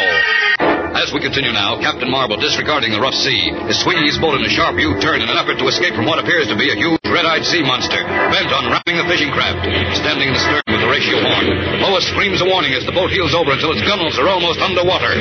Speaker 2: As we continue now, Captain Marvel, disregarding the rough sea, is swinging his boat in a sharp U-turn in an effort to escape from what appears to be a huge red-eyed sea monster, bent on ramming the fishing craft. Standing in the stern with Horatio Horn, Lois screams a warning as the boat heels over until its gunnels are almost underwater.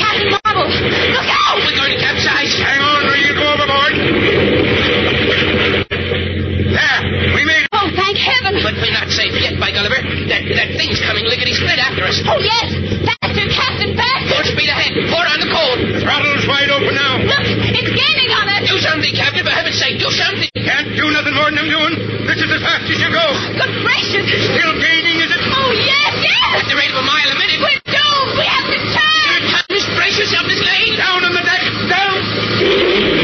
Speaker 16: Captain Marvel! Look out! We're going to capsize!
Speaker 14: Hang on, or you go overboard! Ah,
Speaker 16: There! We made it! Oh, thank heaven!
Speaker 5: But we're not safe yet, by Gulliver. That, that thing's coming lickety split after us.
Speaker 16: Oh, yes! Faster, Captain, faster!
Speaker 5: Full speed ahead. Pour on the cold.
Speaker 14: Throttle's wide open now.
Speaker 16: Look! It's gaining on us!
Speaker 5: Do something, Captain, for heaven's sake. Do something.
Speaker 14: Can't do nothing more than I'm doing. This is as fast as you go.
Speaker 16: Good gracious!
Speaker 14: Still gaining, is it?
Speaker 16: Oh, yes, yes!
Speaker 5: At the rate of a mile a minute.
Speaker 16: We're doomed! We have to turn!
Speaker 5: Miss, brace yourself, Miss Lane.
Speaker 14: Down on the deck! Down!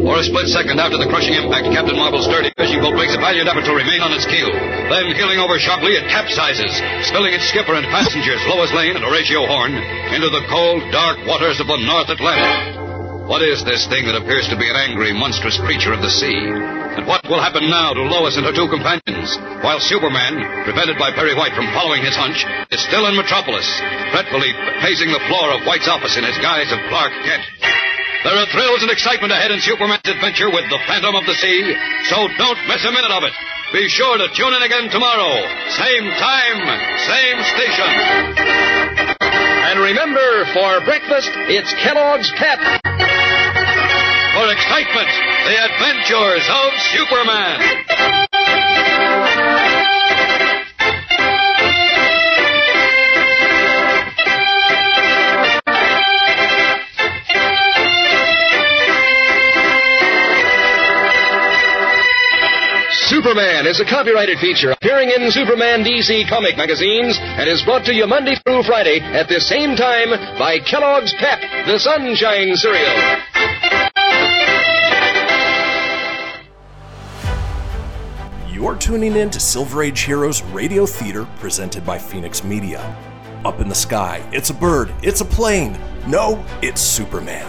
Speaker 2: For a split second after the crushing impact, Captain Marvel's sturdy fishing boat makes a valiant effort to remain on its keel. Then, heeling over sharply, it capsizes, spilling its skipper and passengers, Lois Lane and Horatio Horn, into the cold, dark waters of the North Atlantic. What is this thing that appears to be an angry, monstrous creature of the sea? And what will happen now to Lois and her two companions? While Superman, prevented by Perry White from following his hunch, is still in Metropolis, fretfully pacing the floor of White's office in his guise of Clark Kent. There are thrills and excitement ahead in Superman's adventure with the Phantom of the Sea, so don't miss a minute of it. Be sure to tune in again tomorrow, same time, same station.
Speaker 9: And
Speaker 14: Er,
Speaker 9: remember, for breakfast, it's Kellogg's Pep.
Speaker 2: For excitement, the adventures of Superman.
Speaker 9: Superman is a copyrighted feature appearing in Superman DC comic magazines and is brought to you Monday through Friday at the same time by Kellogg's Pep, the Sunshine Cereal.
Speaker 1: You're tuning in to Silver Age Heroes Radio Theater presented by Phoenix Media. Up in the sky, it's a bird, it's a plane. No, it's Superman.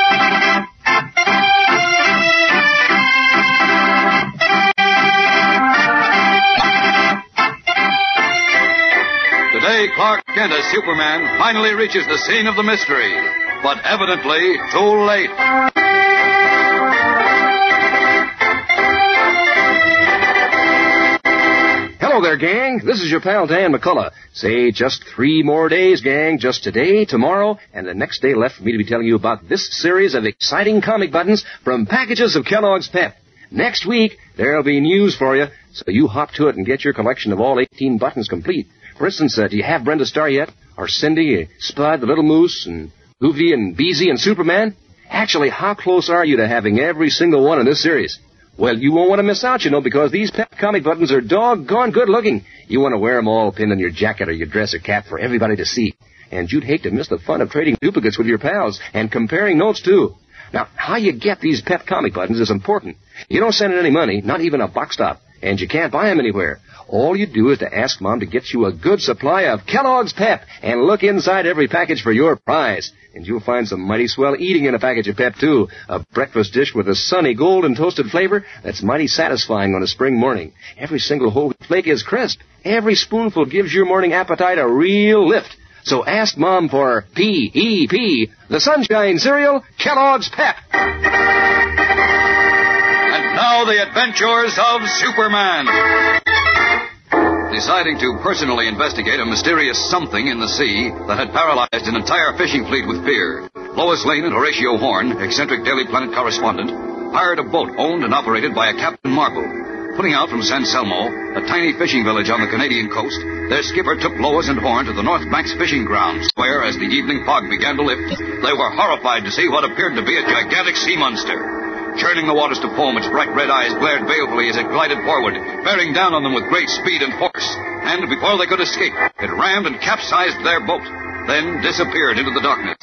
Speaker 2: Today, Clark Kent as Superman finally reaches the scene of the mystery, but evidently too late.
Speaker 3: Hello there, gang. This is your pal Dan McCullough. Say, just three more days, gang. Just today, tomorrow, and the next day left for me to be telling you about this series of exciting comic buttons from packages of Kellogg's Pep. Next week, there'll be news for you, so you hop to it and get your collection of all 18 buttons complete. For instance, uh, do you have Brenda Starr yet? Or Cindy, uh, Spud, the Little Moose, and Hoovy and Beezy and Superman? Actually, how close are you to having every single one in this series? Well, you won't want to miss out, you know, because these pep comic buttons are doggone good looking. You want to wear 'em all pinned on your jacket or your dress or cap for everybody to see. And you'd hate to miss the fun of trading duplicates with your pals and comparing notes, too. Now, how you get these pep comic buttons is important. You don't send in any money, not even a box stop, and you can't buy 'em anywhere. All you do is to ask Mom to get you a good supply of Kellogg's Pep and look inside every package for your prize. And you'll find some mighty swell eating in a package of Pep, too. A breakfast dish with a sunny golden toasted flavor that's mighty satisfying on a spring morning. Every single whole flake is crisp. Every spoonful gives your morning appetite a real lift. So ask Mom for E P.E.P., the Sunshine Cereal, Kellogg's Pep.
Speaker 2: And Now the adventures of Superman. Deciding to personally investigate a mysterious something in the sea that had paralyzed an entire fishing fleet with fear, Lois Lane and Horatio Horn, eccentric Daily Planet correspondent, hired a boat owned and operated by a Captain Marple. Putting out from San Selmo, a tiny fishing village on the Canadian coast, their skipper took Lois and Horn to the North Banks fishing grounds, where, as the evening fog began to lift, they were horrified to see what appeared to be a gigantic sea monster. Churning the waters to foam, its bright red eyes glared balefully as it glided forward, bearing down on them with great speed and force. And before they could escape, it rammed and capsized their boat, then disappeared into the darkness.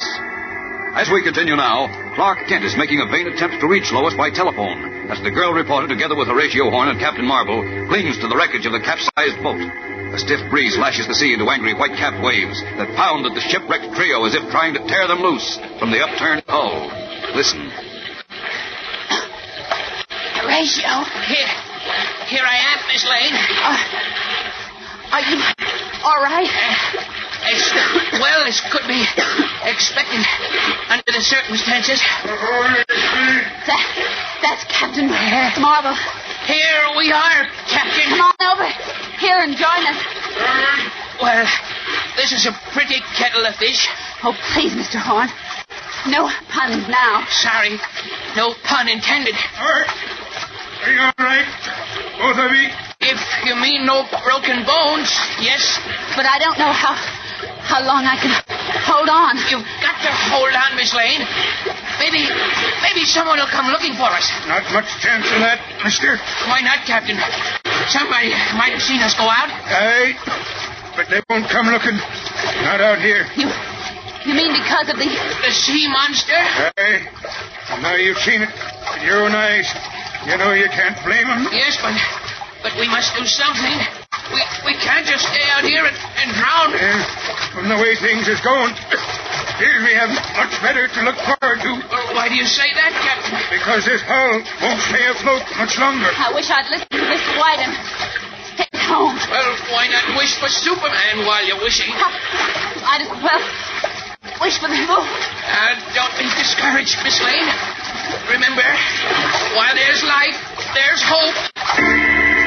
Speaker 2: As we continue now, Clark Kent is making a vain attempt to reach Lois by telephone, as the girl reporter, together with Horatio Horn and Captain Marble, clings to the wreckage of the capsized boat. A stiff breeze lashes the sea into angry white-capped waves that pound at the shipwrecked trio as if trying to tear them loose from the upturned hull. Listen.
Speaker 17: Horatio.
Speaker 5: Here. Here I am, Miss Lane.
Speaker 16: Uh,
Speaker 17: Are you all right?
Speaker 5: As well as could be expected under the circumstances.
Speaker 17: That, that's Captain Marvel.
Speaker 5: Here we are, Captain.
Speaker 17: Come on over here and join us.
Speaker 5: Uh, Well, this is a pretty kettle of fish.
Speaker 17: Oh, please, Mr. Horn. No puns now.
Speaker 5: Sorry, no pun intended.
Speaker 14: Are you all right? Both of you?
Speaker 5: If you mean no broken bones, yes.
Speaker 17: But I don't know how how long I can hold on.
Speaker 5: You've got to hold on, Miss Lane. Maybe, maybe someone will come looking for us.
Speaker 14: Not much chance of that, mister.
Speaker 5: Why not, Captain? Somebody might have seen us go out.
Speaker 14: Aye. But they won't come looking. Not out here.
Speaker 17: You, you mean because of the
Speaker 5: the sea monster?
Speaker 14: Aye. Now you've seen it with your own eyes. You know you can't blame them.
Speaker 5: Yes, but but we must do something. We we can't just stay out here and, and drown.
Speaker 14: from the way things is going, here we have much better to look forward to.
Speaker 5: Well, why do you say that, Captain?
Speaker 14: Because this hull won't stay afloat much longer.
Speaker 17: I wish I'd listened to Mr. White and stayed home.
Speaker 5: Well, why not wish for Superman while you're wishing?
Speaker 17: I'd as well wish for the moon.
Speaker 5: Uh, don't be discouraged, Miss Lane. Remember, while there's life, there's hope.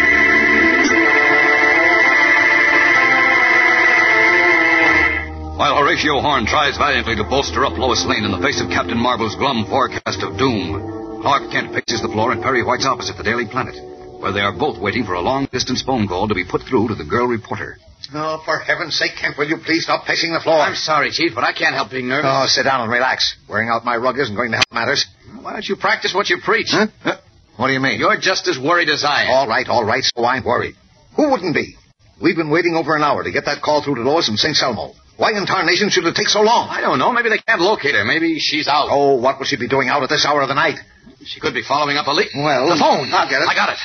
Speaker 2: While Horatio Horn tries valiantly to bolster up Lois Lane in the face of Captain Marvel's glum forecast of doom, Clark Kent paces the floor in Perry White's office at the Daily Planet, where they are both waiting for a long distance phone call to be put through to the girl reporter.
Speaker 18: Oh, for heaven's sake, Kent, will you please stop pacing the floor?
Speaker 4: I'm sorry, Chief, but I can't help being nervous.
Speaker 18: Oh, sit down and relax. Wearing out my rug isn't going to help matters.
Speaker 4: Why don't you practice what you preach?
Speaker 18: Huh? Huh? What do you mean?
Speaker 4: You're just as worried as I am.
Speaker 18: All right, all right, so I'm worried. Who wouldn't be? We've been waiting over an hour to get that call through to Lois in St. Selmo. Why in tarnation should it take so long?
Speaker 4: I don't know. Maybe they can't locate her. Maybe she's out.
Speaker 18: Oh, what will she be doing out at this hour of the night?
Speaker 4: She could be following up a lead.
Speaker 18: Well,
Speaker 4: the phone.
Speaker 18: I'll get it.
Speaker 4: I got it.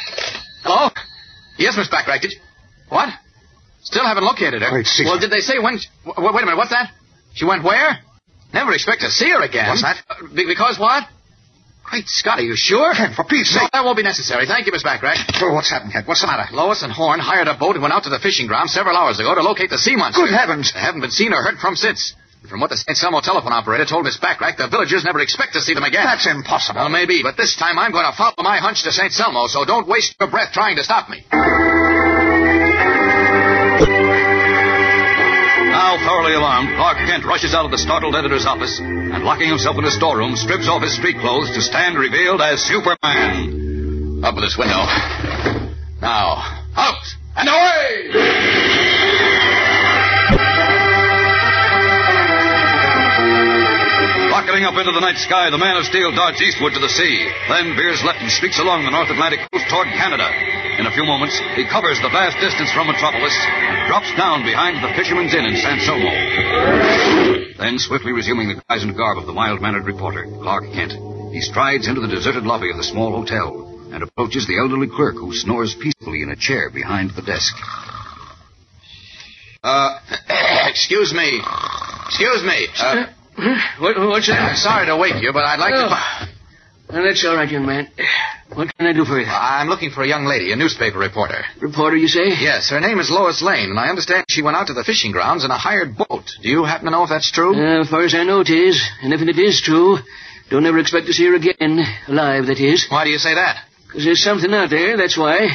Speaker 4: Hello? Yes, Miss Backrack. Did you... What? Still haven't located her.
Speaker 18: Great secret.
Speaker 4: Well, did they say when? w- w- wait a minute. What's that? She went where? Never expect to see her again.
Speaker 18: What's that?
Speaker 4: Uh, be- because what? Great Scott, are you sure?
Speaker 18: Kent, for Pete's
Speaker 4: No,
Speaker 18: sake.
Speaker 4: that won't be necessary. Thank you, Miss Backrack.
Speaker 18: Oh, what's happened, Kent? What's the matter?
Speaker 4: Lois and Horn hired a boat and went out to the fishing ground several hours ago to locate the sea monster.
Speaker 18: Good heavens.
Speaker 4: They haven't been seen or heard from since. And From what the St. Selmo telephone operator told Miss Backrack, the villagers never expect to see them again.
Speaker 18: That's impossible.
Speaker 4: Well, maybe, but this time I'm going to follow my hunch to St. Selmo, so don't waste your breath trying to stop me.
Speaker 2: Now thoroughly alarmed, Clark Kent rushes out of the startled editor's office and, locking himself in his storeroom, strips off his street clothes to stand revealed as Superman.
Speaker 4: Up with this window. Now, out and away!
Speaker 2: Rocketing up into the night sky, the Man of Steel darts eastward to the sea, then veers left and streaks along the North Atlantic coast toward Canada. In a few moments, he covers the vast distance from Metropolis and drops down behind the Fisherman's Inn in San Selmo. Then, swiftly resuming the guise and garb of the mild mannered reporter, Clark Kent, he strides into the deserted lobby of the small hotel and approaches the elderly clerk who snores peacefully in a chair behind the desk.
Speaker 4: Uh, excuse me. Excuse me. Uh,
Speaker 5: What, what's that?
Speaker 4: sorry to wake you, but I'd like to.
Speaker 5: Oh, that's all right, young man. What can I do for you?
Speaker 4: I'm looking for a young lady, a newspaper reporter.
Speaker 5: Reporter, you say?
Speaker 4: Yes, her name is Lois Lane, and I understand she went out to the fishing grounds in a hired boat. Do you happen to know if that's true?
Speaker 5: Uh, as far as I know, it is. And if it is true, don't ever expect to see her again. Alive, that is.
Speaker 4: Why do you say that?
Speaker 5: 'Cause there's something out there, that's why.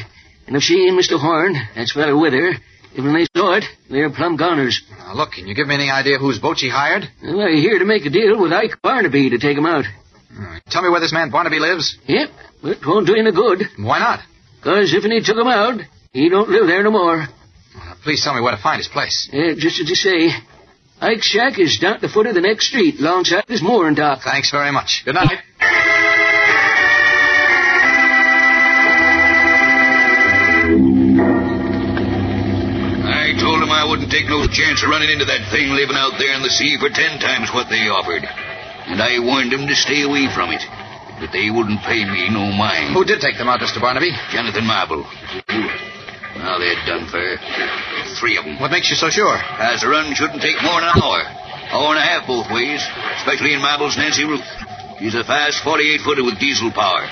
Speaker 5: And if she and Mr. Horn, that's feller with her, if when they saw it, they're plumb goners.
Speaker 4: Now, look, can you give me any idea whose boat she hired?
Speaker 5: Well, they're here to make a deal with Ike Barnaby to take 'em out.
Speaker 4: Hmm. Tell me where this man Barnaby lives.
Speaker 5: Yep, but it won't do any good.
Speaker 4: Why not?
Speaker 5: 'Cause if he took 'em out, he don't live there no more.
Speaker 4: Please tell me where to find his place.
Speaker 5: Uh, just as you say, Ike's shack is down at the foot of the next street, alongside this mooring dock.
Speaker 4: Thanks very much. Good night.
Speaker 19: I told him I wouldn't take no chance of running into that thing living out there in the sea for ten times what they offered. And I warned him to stay away from it. But they wouldn't pay me no mind.
Speaker 4: Who did take them out, Mr. Barnaby?
Speaker 19: Jonathan Marble. Now they're done for. Three of them.
Speaker 4: What makes you so sure?
Speaker 19: As the run shouldn't take more than an hour. Hour and a half both ways, especially in Marble's Nancy Ruth. She's a fast 48-footer with diesel power.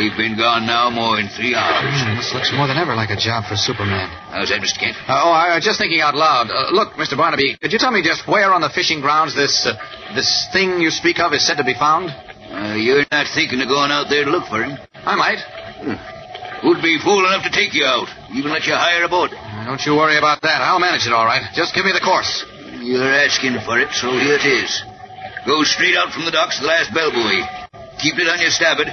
Speaker 19: They've been gone now more than three hours.
Speaker 4: This looks more than ever like a job for Superman.
Speaker 19: How's that, Mr. Kent?
Speaker 4: Uh, oh, I was just thinking out loud. Uh, look, Mr. Barnaby, could you tell me just where on the fishing grounds this uh, this thing you speak of is said to be found?
Speaker 19: Uh, you're not thinking of going out there to look for him.
Speaker 4: I might.
Speaker 19: Who'd be fool enough to take you out? Even let you hire a boat.
Speaker 4: Uh, Don't you worry about that. I'll manage it all right. Just give me the course.
Speaker 19: You're asking for it, so Oh, here it is. Go straight out from the docks to the last bellbuoy. Keep it on your starboard.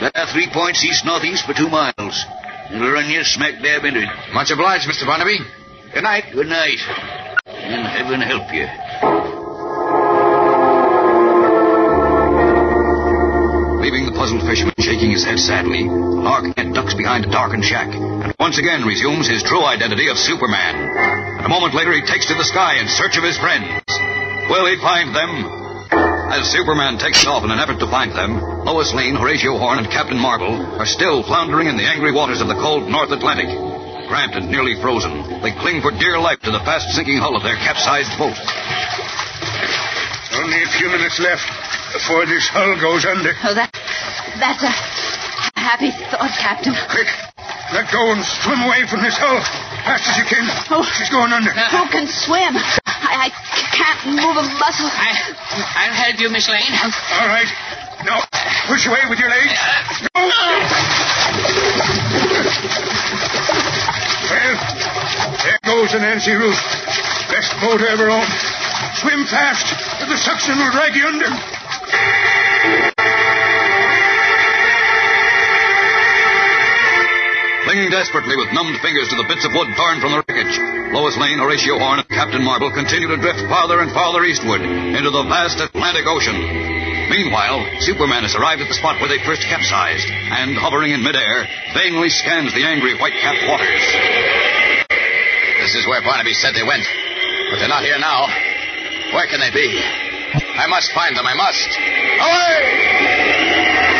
Speaker 19: Bear three points east northeast for two miles. It'll run you smack dab into it.
Speaker 4: Much obliged, Mr. Barnaby. Good night.
Speaker 19: Good night. And heaven help you.
Speaker 2: Leaving the puzzled fisherman shaking his head sadly, Lark Kent ducks behind a darkened shack and once again resumes his true identity of Superman. And a moment later, he takes to the sky in search of his friends. Will he find them? As Superman takes off in an effort to find them, Lois Lane, Horatio Horn, and Captain Marvel are still floundering in the angry waters of the cold North Atlantic. Cramped and nearly frozen, they cling for dear life to the fast sinking hull of their capsized boat.
Speaker 14: Only a few minutes left before this hull goes under.
Speaker 12: Oh, that, that's a
Speaker 16: uh,
Speaker 12: happy thought, Captain.
Speaker 14: Quick, let go and swim away from this hull. Fast as you can.
Speaker 12: Oh.
Speaker 14: She's going under.
Speaker 12: Who
Speaker 5: Uh-huh.
Speaker 12: can swim? I, I can't move a muscle.
Speaker 6: I'll help you, Miss Lane.
Speaker 14: All right. Now, push away with your legs. Go.
Speaker 6: Uh,
Speaker 14: Well, there goes the Nancy Ruth. Best boat I ever owned. Swim fast, or the suction will drag you under.
Speaker 2: Clinging desperately with numbed fingers to the bits of wood torn from the wreckage, Lois Lane, Horatio Horn, and Captain Marble continue to drift farther and farther eastward into the vast Atlantic Ocean. Meanwhile, Superman has arrived at the spot where they first capsized, and hovering in midair, vainly scans the angry white-capped waters.
Speaker 4: This is where Barnaby said they went, but they're not here now. Where can they be? I must find them. I must. Away!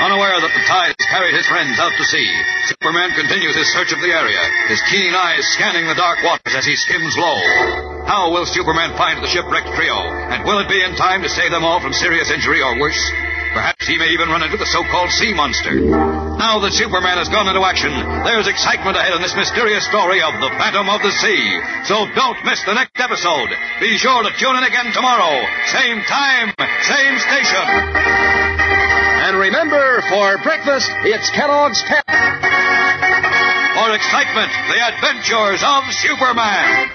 Speaker 2: Unaware that the tide has carried his friends out to sea, Superman continues his search of the area, his keen eyes scanning the dark waters as he skims low. How will Superman find the shipwrecked trio? And will it be in time to save them all from serious injury or worse? Perhaps he may even run into the so-called sea monster. Now that Superman has gone into action, there's excitement ahead in this mysterious story of the Phantom of the Sea. So don't miss the next episode. Be sure to tune in again tomorrow. Same time, same station.
Speaker 4: And remember, for breakfast, it's Kellogg's Pep.
Speaker 2: For excitement, the adventures of Superman.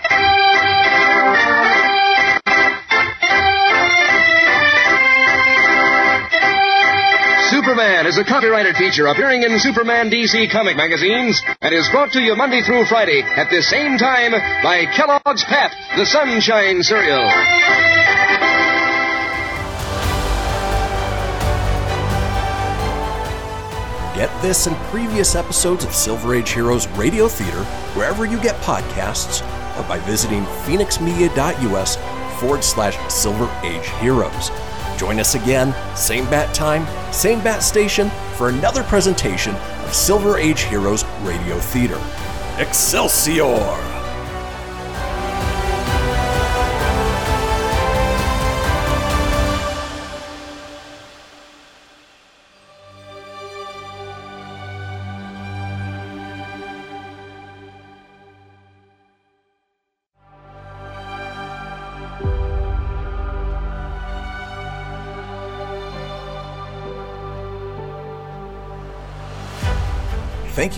Speaker 3: Superman is a copyrighted feature appearing in Superman DC comic magazines and is brought to you Monday through Friday at this same time by Kellogg's Pep, the Sunshine Cereal.
Speaker 1: Get this and previous episodes of Silver Age Heroes Radio Theater wherever you get podcasts or by visiting phoenixmedia.us forward slash Silver Age Heroes. Join us again, same bat time, same bat station, for another presentation of Silver Age Heroes Radio Theater. Excelsior! Thank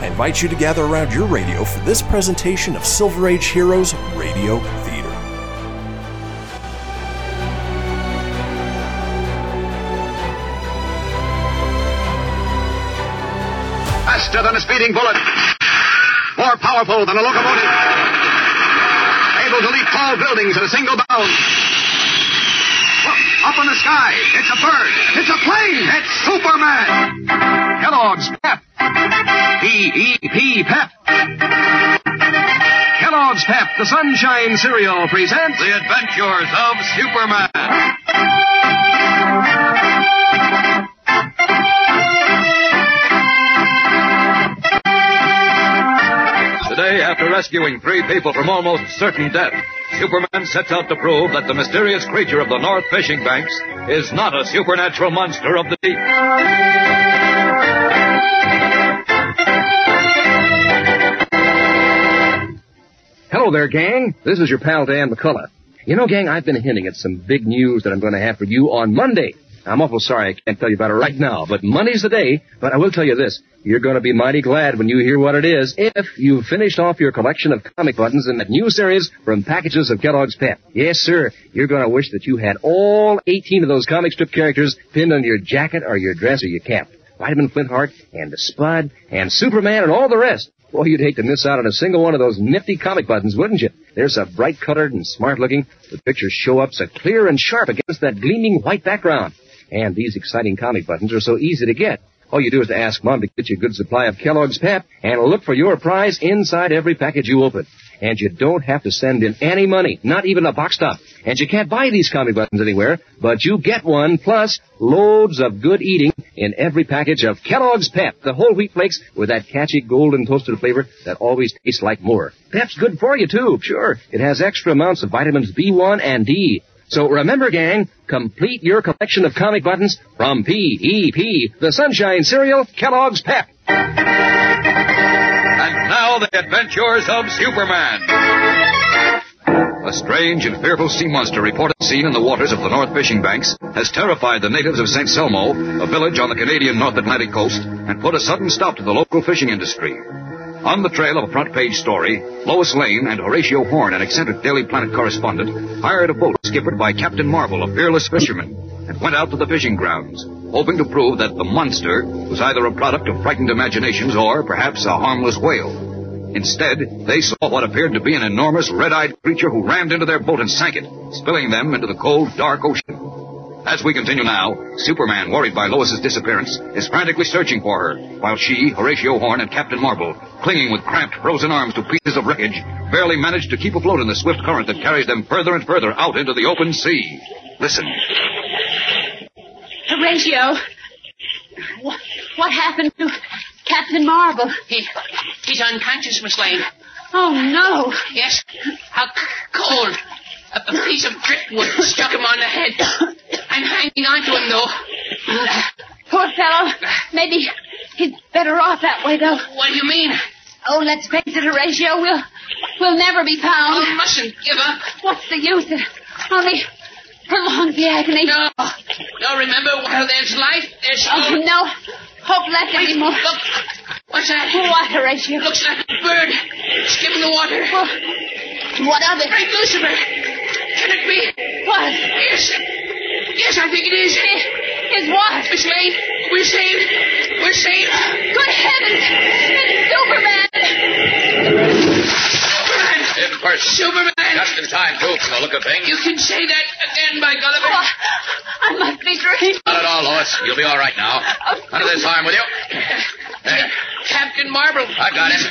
Speaker 1: I invite you to gather around your radio for this presentation of Silver Age Heroes Radio Theater.
Speaker 6: Faster than a speeding bullet. More powerful than a locomotive. Able to leap tall buildings in a single bound. Look, up in the sky. It's a bird. It's a plane. It's Superman. Kellogg's Pep. P-E-P Pep.
Speaker 9: Kellogg's Pep, the Sunshine Cereal, presents The Adventures of Superman.
Speaker 2: Today, after rescuing three people from almost certain death, Superman sets out to prove that the mysterious creature of the North Fishing Banks is not a supernatural monster of the deep.
Speaker 3: Hello there, gang. This is your pal Dan McCullough. You know, gang, I've been hinting at some big news that I'm going to have for you on Monday. I'm awful sorry I can't tell you about it right now, but Monday's the day. But I will tell you this: you're going to be mighty glad when you hear what it is. If you've finished off your collection of comic buttons in that new series from packages of Kellogg's Pep, yes, sir, you're going to wish that you had all 18 of those comic strip characters pinned on your jacket or your dress or your cap. Vitamin Flintheart and the Spud and Superman and all the rest. Boy, you'd hate to miss out on a single one of those nifty comic buttons, wouldn't you? They're so bright colored and smart looking. The pictures show up so clear and sharp against that gleaming white background. And these exciting comic buttons are so easy to get. All you do is to ask Mom to get you a good supply of Kellogg's Pep and look for your prize inside every package you open. And you don't have to send in any money, not even a box top. And you can't buy these comic buttons anywhere, but you get one plus loads of good eating in every package of Kellogg's Pep, the whole wheat flakes with that catchy golden toasted flavor that always tastes like more. Pep's good for you too, sure. It has extra amounts of vitamins B1 and D. So remember, gang, complete your collection of comic buttons from P.E.P., the Sunshine Cereal, Kellogg's Pep.
Speaker 2: And now, The Adventures of Superman. A strange and fearful sea monster reported seen in the waters of the North Fishing Banks has terrified the natives of St. Selmo, a village on the Canadian North Atlantic coast, and put a sudden stop to the local fishing industry. On the trail of a front page story, Lois Lane and Horatio Horn, an eccentric Daily Planet correspondent, hired a boat skippered by Captain Marvel, a fearless fisherman, and went out to the fishing grounds, hoping to prove that the monster was either a product of frightened imaginations or perhaps a harmless whale. Instead, they saw what appeared to be an enormous red-eyed creature who rammed into their boat and sank it, spilling them into the cold, dark ocean. As we continue now, Superman, worried by Lois's disappearance, is frantically searching for her, while she, Horatio Horn, and Captain Marvel, clinging with cramped, frozen arms to pieces of wreckage, barely manage to keep afloat in the swift current that carries them further and further out into the open sea. Listen.
Speaker 16: Horatio, what, what happened to Captain Marvel?
Speaker 5: He, he's unconscious, Miss Lane.
Speaker 16: Oh, no.
Speaker 5: Yes. How c- cold. A, a piece of driftwood struck him on the head. I'm hanging on to him, though.
Speaker 16: Poor fellow. Maybe he's better off that way, though.
Speaker 5: What do you mean?
Speaker 16: Oh, let's face it, Horatio. We'll, we'll never be found.
Speaker 5: You mustn't Oh, give up.
Speaker 16: What's the use? It only prolongs the agony.
Speaker 5: No. No, remember, while there's life, there's
Speaker 16: Oh,
Speaker 5: hope.
Speaker 16: no hope left anymore.
Speaker 5: Look. What's that?
Speaker 16: What, Horatio?
Speaker 5: Looks like a bird. Skimming the water.
Speaker 16: What of it?
Speaker 5: Frank Lucifer. Can it be?
Speaker 16: What?
Speaker 5: Yes. Yes, I think it is.
Speaker 16: Is, is what?
Speaker 5: Miss Lane, we're saved. We're saved.
Speaker 16: Good heavens! It's Superman!
Speaker 9: In person.
Speaker 5: Superman!
Speaker 9: Just in time, too, from the look of things.
Speaker 5: You can say that again, by Gulliver.
Speaker 16: Oh, I must be dreaming.
Speaker 9: Not at all, Lois. You'll be all right now. None of this harm with you. There.
Speaker 5: Captain Marble.
Speaker 9: I got him.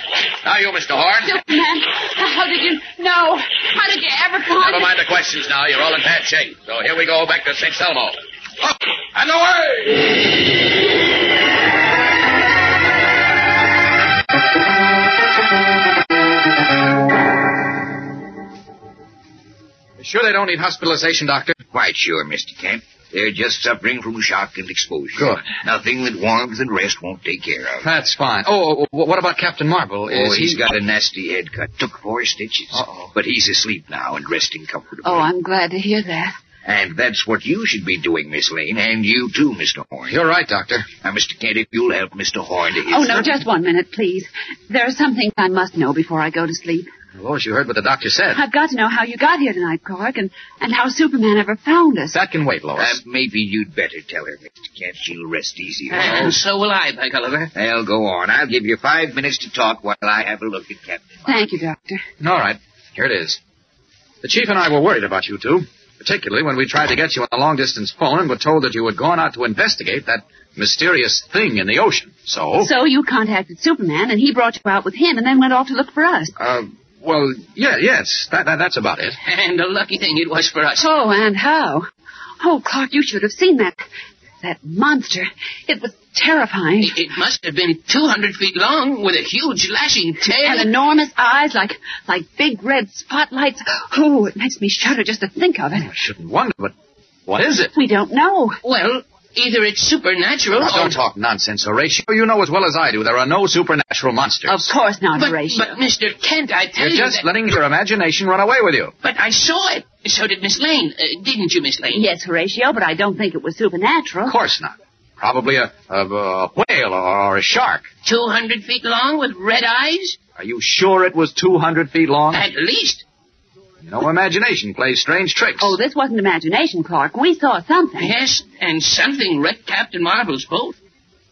Speaker 9: Now you, Mr. Horn.
Speaker 16: Superman, how did you know? How did you ever find
Speaker 9: Never mind the questions now. You're all in bad shape. So here we go back to St. Selmo. Up and away!
Speaker 16: it?
Speaker 4: Sure they don't need hospitalization, Doctor?
Speaker 13: Quite sure, Mr. Kent. They're just suffering from shock and exposure.
Speaker 4: Good.
Speaker 13: Nothing that warmth and rest won't take care of.
Speaker 4: That's fine. Oh, oh, what about Captain Marble?
Speaker 13: Oh,
Speaker 4: Is
Speaker 13: he's
Speaker 4: he...
Speaker 13: got a nasty head cut. Took four stitches. oh But he's asleep now and resting comfortably.
Speaker 16: Oh, I'm glad to hear that.
Speaker 13: And that's what you should be doing, Miss Lane, and you too, Mr. Horn.
Speaker 4: You're right, Doctor.
Speaker 13: Now, Mr. Kent, if you'll help Mr. Horn to his...
Speaker 12: Oh, no, just one minute, please. There are some things I must know before I go to sleep.
Speaker 4: Lois, you heard what the doctor said.
Speaker 12: I've got to know how you got here tonight, Clark, and, and how Superman ever found us.
Speaker 4: That can wait, Lois.
Speaker 13: Uh, maybe you'd better tell her, Mr. Kent. She'll rest easier.
Speaker 5: And so will I, by Gulliver.
Speaker 13: Well, go on. I'll give you five minutes to talk while I have a look at Captain.
Speaker 12: Thank you, Doctor.
Speaker 4: All right, here it is. The chief and I were worried about you two, particularly when we tried to get you on the long distance phone and were told that you had gone out to investigate that mysterious thing in the ocean. So?
Speaker 12: So you contacted Superman, and he brought you out with him, and then went off to look for us.
Speaker 4: Uh, well, yeah, yes, that, that, that's about it.
Speaker 5: And a lucky thing it was for us.
Speaker 12: Oh, and how? Oh, Clark, you should have seen that. That monster. It was terrifying.
Speaker 5: It, it must have been 200 feet long with a huge lashing tail.
Speaker 12: And enormous eyes like like big red spotlights. Oh, it makes me shudder just to think of it.
Speaker 4: Shouldn't wonder, but what is it?
Speaker 12: We don't know.
Speaker 5: Well, either it's supernatural
Speaker 4: Now,
Speaker 5: or...
Speaker 4: don't talk nonsense, Horatio. You know as well as I do there are no supernatural monsters.
Speaker 12: Of course not,
Speaker 5: But,
Speaker 12: Horatio.
Speaker 5: but, Mr. Kent, I tell
Speaker 4: You're
Speaker 5: you
Speaker 4: just
Speaker 5: that...
Speaker 4: letting your imagination run away with you.
Speaker 5: But I saw it. So did Miss Lane. Uh, didn't you, Miss Lane?
Speaker 12: Yes, Horatio, but I don't think it was supernatural.
Speaker 4: Of course not. Probably a, a, a whale or a shark.
Speaker 5: 200 feet long with red eyes?
Speaker 4: Are you sure it was 200 feet long?
Speaker 5: At least.
Speaker 4: You know, imagination plays strange tricks.
Speaker 12: Oh, this wasn't imagination, Clark. We saw something.
Speaker 5: Yes, and something wrecked Captain Marvel's boat.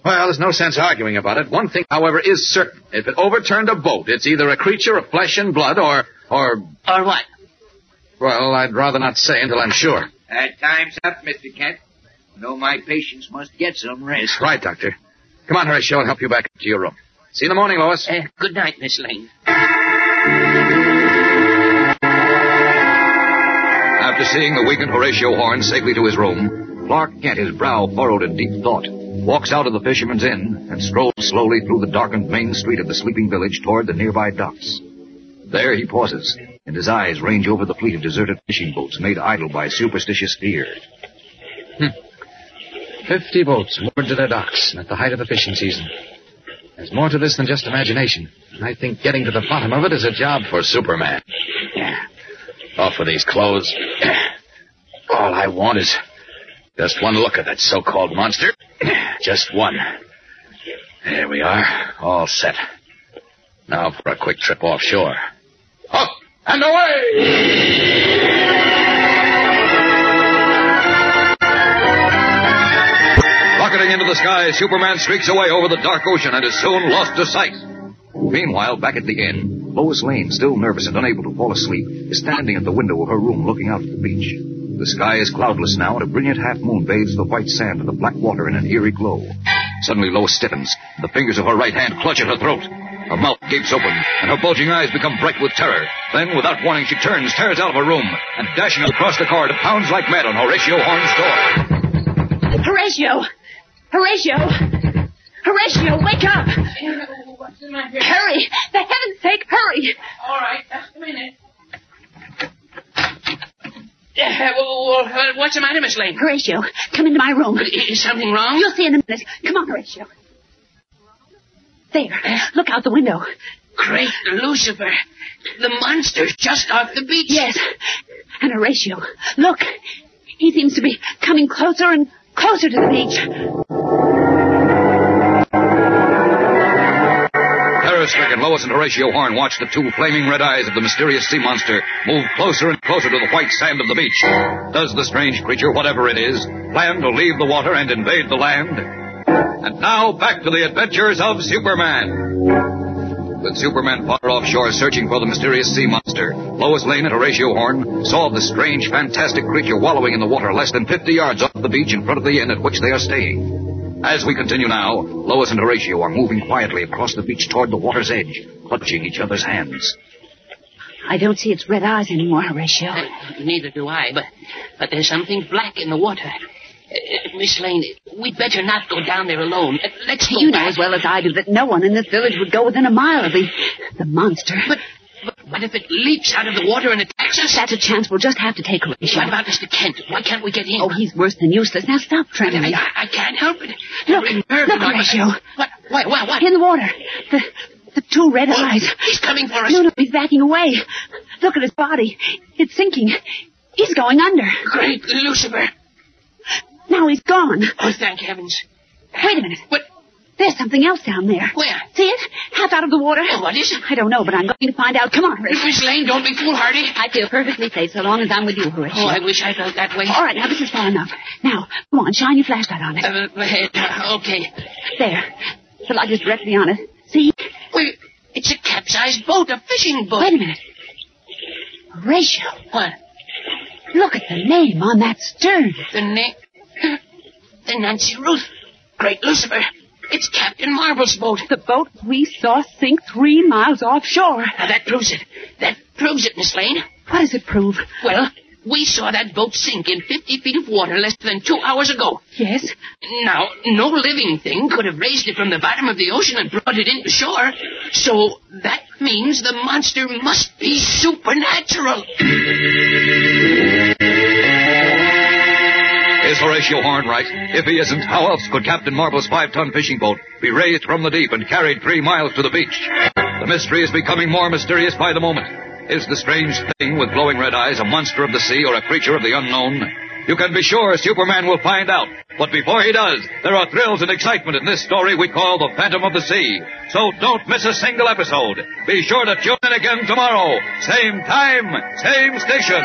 Speaker 4: Well, there's no sense arguing about it. One thing, however, is certain. If it overturned a boat, it's either a creature of flesh and blood or, or,
Speaker 5: Or what?
Speaker 4: well, I'd rather not say until I'm sure.
Speaker 13: Uh, time's up, Mr. Kent. No, my patients must get some rest.
Speaker 4: Right, Doctor. Come on, Horatio, and help you back to your room. See you in the morning, Lois.
Speaker 5: Uh, good night, Miss Lane.
Speaker 2: After seeing the weakened Horatio Horn safely to his room, Clark Kent, his brow furrowed in deep thought, walks out of the fisherman's inn and strolls slowly through the darkened main street of the sleeping village toward the nearby docks. There he pauses, and his eyes range over the fleet of deserted fishing boats made idle by superstitious fear.
Speaker 4: Hmm. Fifty boats moored to their docks and at the height of the fishing season. There's more to this than just imagination. and I think getting to the bottom of it is a job for Superman. Yeah. Off with these clothes. Yeah. All I want is just one look at that so-called monster. Yeah, Just one. There we are, all set. Now for a quick trip offshore. Up and away!
Speaker 2: Rocketing into the sky, Superman streaks away over the dark ocean and is soon lost to sight. Meanwhile, back at the inn, Lois Lane, still nervous and unable to fall asleep, is standing at the window of her room looking out at the beach. The sky is cloudless now, and a brilliant half moon bathes the white sand and the black water in an eerie glow. Suddenly, Lois stiffens. The fingers of her right hand clutch at her throat. Her mouth gapes open, and her bulging eyes become bright with terror. Then, without warning, she turns, tears out of her room, and dashing across the corridor, pounds like mad on Horatio Horn's door.
Speaker 12: Horatio! Horatio! Horatio, wake up!
Speaker 16: What's in my
Speaker 12: Hurry! For heaven's sake, hurry!
Speaker 16: All right, just a minute.
Speaker 5: Yeah, well, well, what's the matter, Miss Lane?
Speaker 12: Horatio, come into my room.
Speaker 5: Is something wrong?
Speaker 12: You'll see in a minute. Come on, Horatio. There. Look out the window.
Speaker 5: Great Lucifer. The monster's just off the beach.
Speaker 12: Yes. And Horatio, look. He seems to be coming closer and closer to the beach.
Speaker 2: Terror stricken, Lois and Horatio Horn watch the two flaming red eyes of the mysterious sea monster move closer and closer to the white sand of the beach. Does the strange creature, whatever it is, plan to leave the water and invade the land? And now back to the adventures of Superman. With Superman far offshore searching for the mysterious sea monster, Lois Lane and Horatio Horn saw the strange, fantastic creature wallowing in the water less than 50 yards off the beach in front of the inn at which they are staying. As we continue now, Lois and Horatio are moving quietly across the beach toward the water's edge, clutching each other's hands.
Speaker 12: I don't see its red eyes anymore, Horatio.
Speaker 5: Uh, Neither do I, but, but there's something black in the water. Uh, Miss Lane, we'd better not go down there alone. Uh, let's go
Speaker 12: You know
Speaker 5: back.
Speaker 12: as well as I do that no one in this village would go within a mile of the, the monster.
Speaker 5: But, but What if it leaps out of the water and attacks us?
Speaker 12: That's a chance we'll just have to take, Horatio.
Speaker 5: What about Mr. Kent? Why can't we get him?
Speaker 12: Oh, he's worse than useless. Now stop, Tremley.
Speaker 5: I, I, I can't help it.
Speaker 12: Look,
Speaker 5: Irvin,
Speaker 12: look,
Speaker 5: I must-
Speaker 12: Horatio.
Speaker 5: What? What? What? What?
Speaker 12: In the water. The, the two red
Speaker 5: What?
Speaker 12: eyes.
Speaker 5: He's coming for us.
Speaker 12: No, no, he's backing away. Look at his body. It's sinking. He's going under.
Speaker 5: Great Lucifer!
Speaker 12: Now he's gone.
Speaker 5: Oh, thank heavens!
Speaker 12: Wait a minute.
Speaker 5: What?
Speaker 12: There's something else down there.
Speaker 5: Where?
Speaker 12: See it? Half out of the water.
Speaker 5: Oh, what is it?
Speaker 12: I don't know, but I'm going to find out. Come on, Horatio.
Speaker 5: Miss Lane, don't be foolhardy.
Speaker 12: I feel perfectly safe so long as I'm with you, Horatio.
Speaker 5: Oh, I wish I felt that way.
Speaker 12: All right, now this is far enough. Now, come on, shine your flashlight on it.
Speaker 5: Uh, uh, okay.
Speaker 12: There. The light is directly on it. See?
Speaker 5: Wait, it's a capsized boat, a fishing boat.
Speaker 12: Wait a minute. Horatio.
Speaker 5: What?
Speaker 12: Look at the name on that stern.
Speaker 5: The name. The Nancy Ruth. Great Lucifer. It's Captain Marble's boat.
Speaker 12: The boat we saw sink three miles offshore.
Speaker 5: Now that proves it. That proves it, Miss Lane.
Speaker 12: What does it prove?
Speaker 5: Well, we saw that boat sink in 50 feet of water less than two hours ago.
Speaker 12: Yes?
Speaker 5: Now, no living thing could have raised it from the bottom of the ocean and brought it into shore. So that means the monster must be supernatural.
Speaker 2: Is Horatio Horn right? If he isn't, how else could Captain Marble's five ton fishing boat be raised from the deep and carried three miles to the beach? The mystery is becoming more mysterious by the moment. Is the strange thing with glowing red eyes a monster of the sea or a creature of the unknown? You can be sure Superman will find out. But before he does, there are thrills and excitement in this story we call The Phantom of the Sea. So don't miss a single episode. Be sure to tune in again tomorrow. Same time, same station.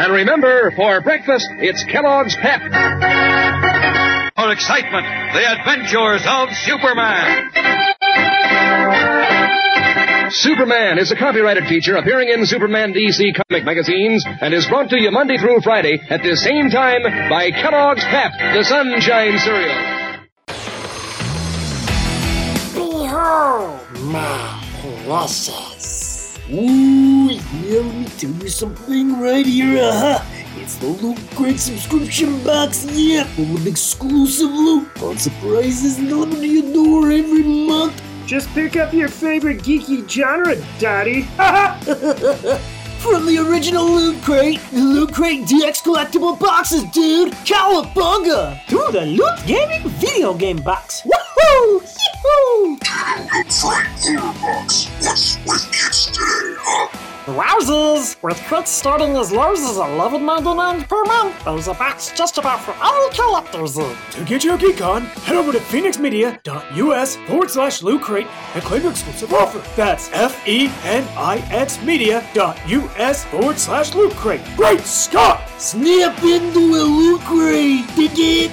Speaker 3: And remember, for breakfast, it's Kellogg's Pep.
Speaker 2: For excitement, the adventures of Superman.
Speaker 3: Superman is a copyrighted feature appearing in Superman DC comic magazines and is brought to you Monday through Friday at the same time by Kellogg's Pep, the Sunshine Cereal.
Speaker 10: Behold my process. Ooh, yeah, let me tell you something right here. Aha! It's the Loot Crate subscription box, yeah, full of exclusive loot, fun surprises delivered to your door every month.
Speaker 11: Just pick up your favorite geeky genre, Daddy.
Speaker 10: From the original Loot Crate, the Loot Crate DX collectible boxes, dude! Cowabunga!
Speaker 11: To the Loot Gaming video game box. Woohoo! Yee-hoo! Wowzers! With crits starting as low as $11.99 per month, there's a box just about for all collectors. To get your geek on, head over to phoenixmedia.us forward slash loot crate and claim your exclusive offer. That's E F-E-N-I-X media.us forward slash loot crate. Great Scott!
Speaker 10: Snap into a Loot Crate, dig it!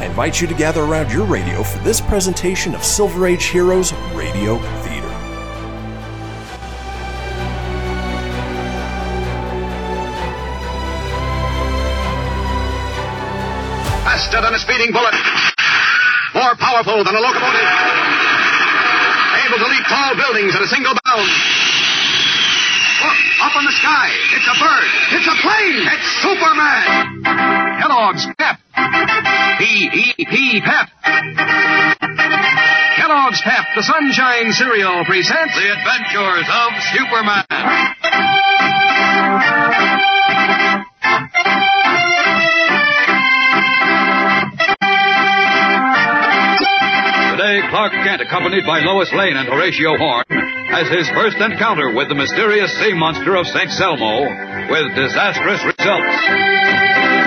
Speaker 1: I invite you to gather around your radio for this presentation of Silver Age Heroes Radio Theater.
Speaker 6: Faster than a speeding bullet. More powerful than a locomotive. Able to leap tall buildings at a single bound. Look, up in the sky. It's a bird. It's a plane. It's Superman. Kellogg's Pep. E P-E-P Pep.
Speaker 3: Kellogg's Pep, the Sunshine Cereal, presents
Speaker 2: The Adventures of Superman. Today, Clark Kent, accompanied by Lois Lane and Horatio Horn, has his first encounter with the mysterious sea monster of St. Selmo with disastrous results.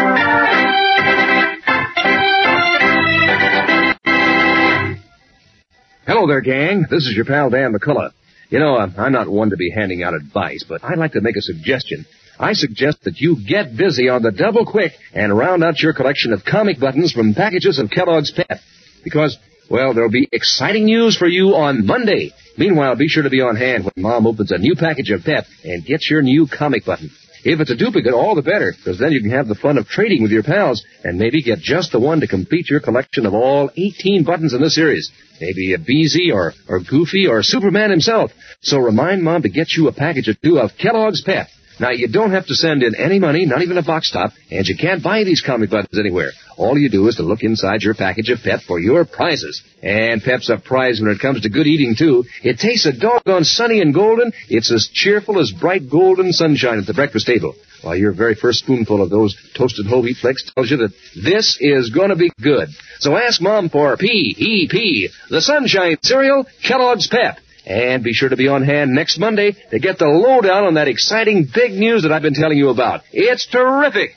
Speaker 3: Hello there, gang. This uh, is your pal Dan McCullough. You know, I'm I'm not one to be handing out advice, but I'd like to make a suggestion. I suggest that you get busy on the double quick and round out your collection of comic buttons from packages of Kellogg's Pet. Because, well, there'll be exciting news for you on Monday. Meanwhile, be sure to be on hand when Mom opens a new package of Pep and get your new comic button. If it's a duplicate, all the better, because then you can have the fun of trading with your pals and maybe get just the one to complete your collection of all 18 buttons in the series. Maybe a BZ or, or Goofy or Superman himself. So remind Mom to get you a package or two of Kellogg's Pep. Now, you don't have to send in any money, not even a box top, and you can't buy these comic buttons anywhere. All you do is to look inside your package of Pep for your prizes. And Pep's a prize when it comes to good eating, too. It tastes a doggone sunny and golden. It's as cheerful as bright golden sunshine at the breakfast table. While your very first spoonful of those toasted whole wheat flakes tells you that this is going to be good. So ask Mom for P.E.P., the Sunshine Cereal, Kellogg's Pep. And be sure to be on hand next Monday to get the lowdown on that exciting big news that I've been telling you about. It's terrific!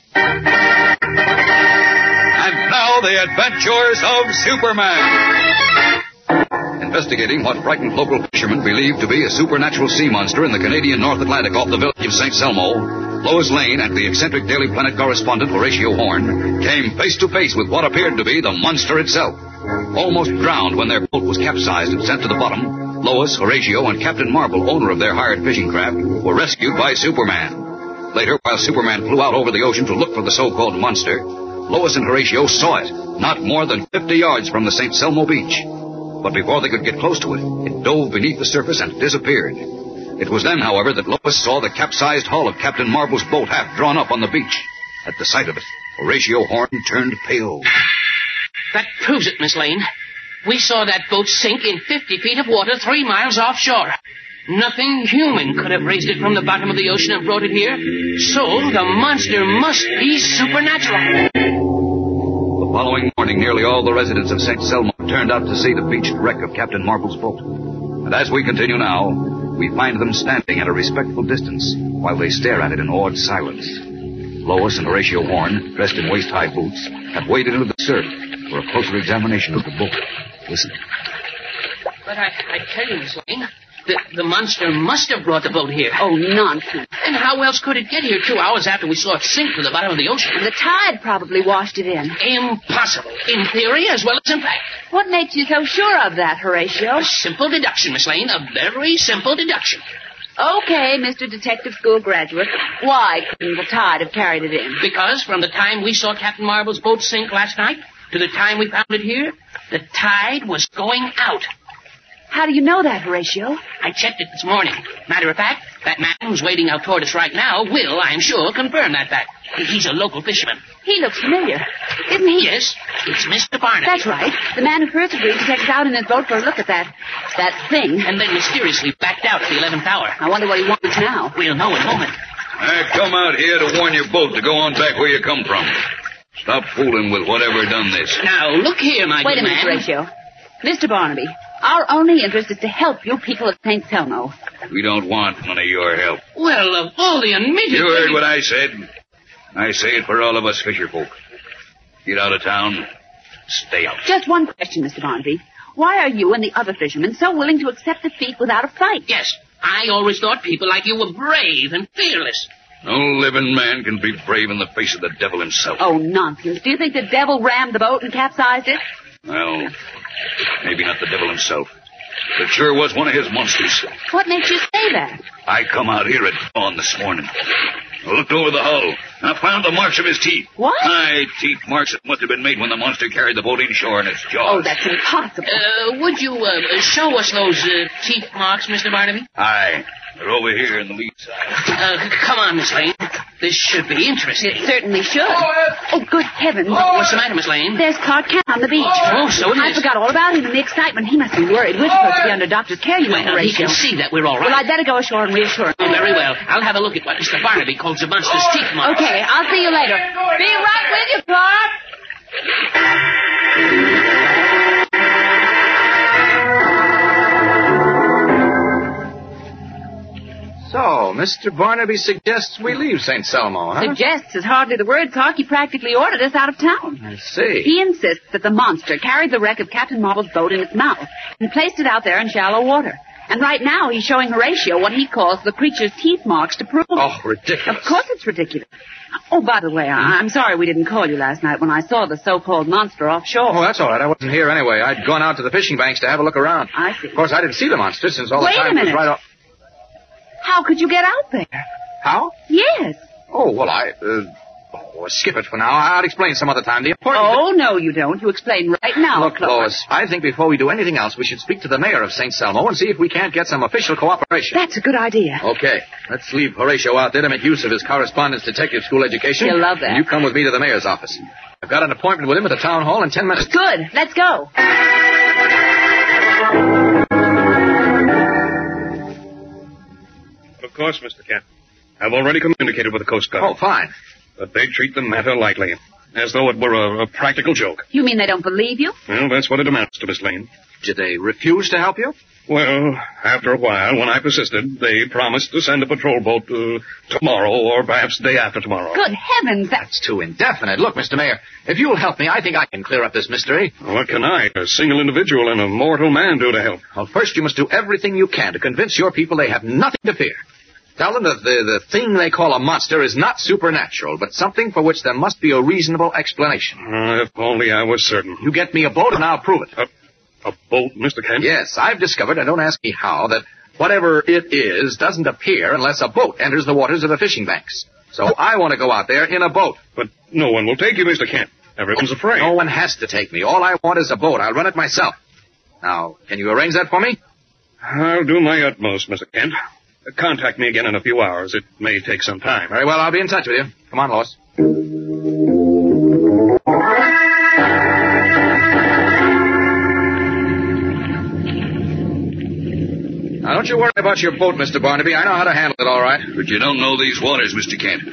Speaker 2: And now the adventures of Superman. Investigating what frightened local fishermen believe to be a supernatural sea monster in the Canadian North Atlantic off the village of St. Selmo, Lois Lane and the eccentric Daily Planet correspondent Horatio Horn came face to face with what appeared to be the monster itself. Almost drowned when their boat was capsized and sent to the bottom, Lois, Horatio, and Captain Marvel, owner of their hired fishing craft, were rescued by Superman. Later, while Superman flew out over the ocean to look for the so-called monster, Lois and Horatio saw it, not more than 50 yards from the St. Selmo beach. But before they could get close to it, it dove beneath the surface and disappeared. It was then, however, that Lois saw the capsized hull of Captain Marvel's boat half drawn up on the beach. At the sight of it, Horatio Horn turned pale.
Speaker 5: That proves it, Miss Lane. We saw that boat sink in 50 feet of water three miles offshore. Nothing human could have raised it from the bottom of the ocean and brought it here. So the monster must be supernatural.
Speaker 2: The following morning, nearly all the residents of St. Selmo turned out to see the beached wreck of Captain Marvel's boat. And as we continue now, we find them standing at a respectful distance while they stare at it in awed silence. Lois and Horatio Horn, dressed in waist-high boots, have waded into the surf for a closer examination of the boat. Listen.
Speaker 5: But I, I tell you, Miss Lane, the, the monster must have brought the boat here.
Speaker 16: Oh, nonsense.
Speaker 5: And how else could it get here two hours after we saw it sink to the bottom of the ocean?
Speaker 16: The tide probably washed it in.
Speaker 5: Impossible. In theory as well as in fact.
Speaker 16: What makes you so sure of that, Horatio?
Speaker 5: A simple deduction, Miss Lane. A very simple deduction.
Speaker 16: Okay, Mr. Detective School graduate. Why couldn't the tide have carried it in?
Speaker 5: Because from the time we saw Captain Marvel's boat sink last night to the time we found it here, the tide was going out.
Speaker 16: How do you know that, Horatio?
Speaker 5: I checked it this morning. Matter of fact, that man who's waiting out toward us right now will, I'm sure, confirm that fact. He's a local fisherman.
Speaker 16: He looks familiar, isn't he?
Speaker 5: Yes, it's Mr. Barnum.
Speaker 16: That's right. The man who first agreed to take us out in his boat for a look at that, that thing.
Speaker 5: And then mysteriously backed out at the 11th hour.
Speaker 16: I wonder what he wants now.
Speaker 5: We'll know in a moment.
Speaker 2: I come out here to warn your boat to go on back where you come from. Stop fooling with whatever done this.
Speaker 5: Now, "Oh, look here, my
Speaker 16: Wait a
Speaker 5: good
Speaker 16: minute,
Speaker 5: man.
Speaker 16: Horatio. Mr. Barnaby, our only interest is to help you people at St. Selmo.
Speaker 2: We don't want none of your help.
Speaker 5: Well, of all the unmitigated...
Speaker 2: You heard what I said. I say it for all of us fisher folk. Get out of town. Stay out.
Speaker 16: Just one question, Mr. Barnaby. Why are you and the other fishermen so willing to accept defeat without a fight?
Speaker 5: Yes, I always thought people like you were brave and fearless.
Speaker 2: No living man can be brave in the face of the devil himself.
Speaker 16: Oh, nonsense. Do you think the devil rammed the boat and capsized it?
Speaker 2: Well, maybe not the devil himself. It sure was one of his monsters.
Speaker 16: What makes you say that?
Speaker 2: I come out here at dawn this morning. I looked over the hull, and I found the marks of his teeth.
Speaker 16: What?
Speaker 2: Aye, teeth marks that must have been made when the monster carried the boat inshore in its jaws.
Speaker 16: Oh, that's impossible.
Speaker 5: Uh, would you uh, show us those uh, teeth marks, Mr. Barnaby? Uh,
Speaker 2: Aye. They're over here in the lee side.
Speaker 5: come on, Miss Lane. This should be interesting.
Speaker 16: It certainly should. Oh, good heavens.
Speaker 5: What's the matter, Miss Lane?
Speaker 16: There's Clark Kent on the beach.
Speaker 5: Oh, so it
Speaker 16: I
Speaker 5: is.
Speaker 16: forgot all about him and the excitement. He must be worried. We're supposed to be under doctor's care, you
Speaker 5: Well,
Speaker 16: know,
Speaker 5: he
Speaker 16: Horatio.
Speaker 5: can see that we're all right.
Speaker 16: Well, I'd better go ashore and reassure him.
Speaker 5: Oh, very well. I'll have a look at what Mr. Barnaby calls the monster's
Speaker 12: Oh,
Speaker 5: teeth marks.
Speaker 16: Okay, I'll see you later. Be right with you, Clark.
Speaker 4: So, Mr. Barnaby suggests we leave St. Selmo, huh?
Speaker 16: Suggests is hardly the word, Clark. He practically ordered us out of town.
Speaker 4: I see.
Speaker 16: He insists that the monster carried the wreck of Captain Marvel's boat in its mouth and placed it out there in shallow water.
Speaker 12: And right now he's showing Horatio what he calls the creature's teeth marks to prove it.
Speaker 20: Oh, ridiculous.
Speaker 12: Of course it's ridiculous. Oh, by the way, I- I'm sorry we didn't call you last night when I saw the so-called monster offshore.
Speaker 4: Oh, that's all right. I wasn't here anyway. I'd gone out to the fishing banks to have a look around.
Speaker 12: I see.
Speaker 4: Of course, I didn't see the monster since all
Speaker 12: Wait a
Speaker 4: the time was
Speaker 12: minute.
Speaker 4: right off.
Speaker 12: How could you get out there?
Speaker 4: How?
Speaker 12: Yes.
Speaker 4: Oh, well, I. Uh, oh, skip it for now. I'll explain some other time. The important.
Speaker 12: Oh, no, you don't. You explain right now.
Speaker 4: Look, Lois, I think before we do anything else, we should speak to the mayor of St. Selmo and see if we can't get some official cooperation.
Speaker 12: That's a good idea.
Speaker 4: Okay, let's leave Horatio out there to make use of his correspondence detective school education.
Speaker 12: He'll love that.
Speaker 4: You come with me to the mayor's office. I've got an appointment with him at the town hall in ten minutes.
Speaker 12: Good. Let's go.
Speaker 6: Of course, Mr. Kent. I've already communicated with the Coast Guard.
Speaker 4: Oh, fine.
Speaker 6: But they treat the matter lightly, as though it were a, a practical joke.
Speaker 12: You mean they don't believe you?
Speaker 6: Well, that's what it amounts to, Miss Lane.
Speaker 4: Did they refuse to help you?
Speaker 6: Well, after a while, when I persisted, they promised to send a patrol boat uh, tomorrow or perhaps day after tomorrow.
Speaker 12: Good heavens, that...
Speaker 4: That's too indefinite. Look, Mr. Mayor, if you'll help me, I think I can clear up this mystery.
Speaker 6: What can I, a single individual and a mortal man, do to help?
Speaker 4: Well, first you must do everything you can to convince your people they have nothing to fear. Tell them that the, the thing they call a monster is not supernatural, but something for which there must be a reasonable explanation.
Speaker 6: Uh, if only I was certain. Uh,
Speaker 4: You get me a boat and I'll prove it.
Speaker 6: A, boat, Mr. Kent?
Speaker 4: Yes, I've discovered, and don't ask me how, that whatever it is doesn't appear unless a boat enters the waters of the fishing banks. So I want to go out there in a boat.
Speaker 6: But no one will take you, Mr. Kent. Everyone's afraid.
Speaker 4: No one has to take me. All I want is a boat. I'll run it myself. Now, can you arrange that for me?
Speaker 6: I'll do my utmost, Mr. Kent. Uh, Contact me again in a few hours. It may take some time.
Speaker 4: Very well, I'll be in touch with you. Come on, Lois. Now, don't you worry about your boat, Mr. Barnaby. I know how to handle it all right.
Speaker 2: But you don't know these waters, Mr. Kent.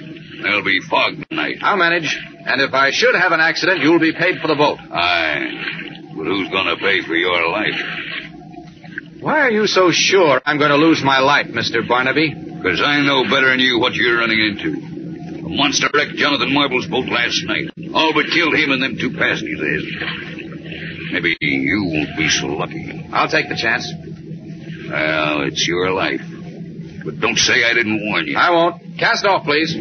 Speaker 2: There'll be fog tonight.
Speaker 4: I'll manage. And if I should have an accident, you'll be paid for the boat.
Speaker 2: Aye. But who's going to pay for your life?
Speaker 4: Why are you so sure I'm going to lose my life, Mr. Barnaby?
Speaker 2: Because I know better than you what you're running into. A monster wrecked Jonathan Marble's boat last night. All but killed him and them two passengers of his. Maybe you won't be so lucky.
Speaker 4: I'll take the chance.
Speaker 2: Well, it's your life. But don't say I didn't warn you.
Speaker 4: I won't. Cast off, please.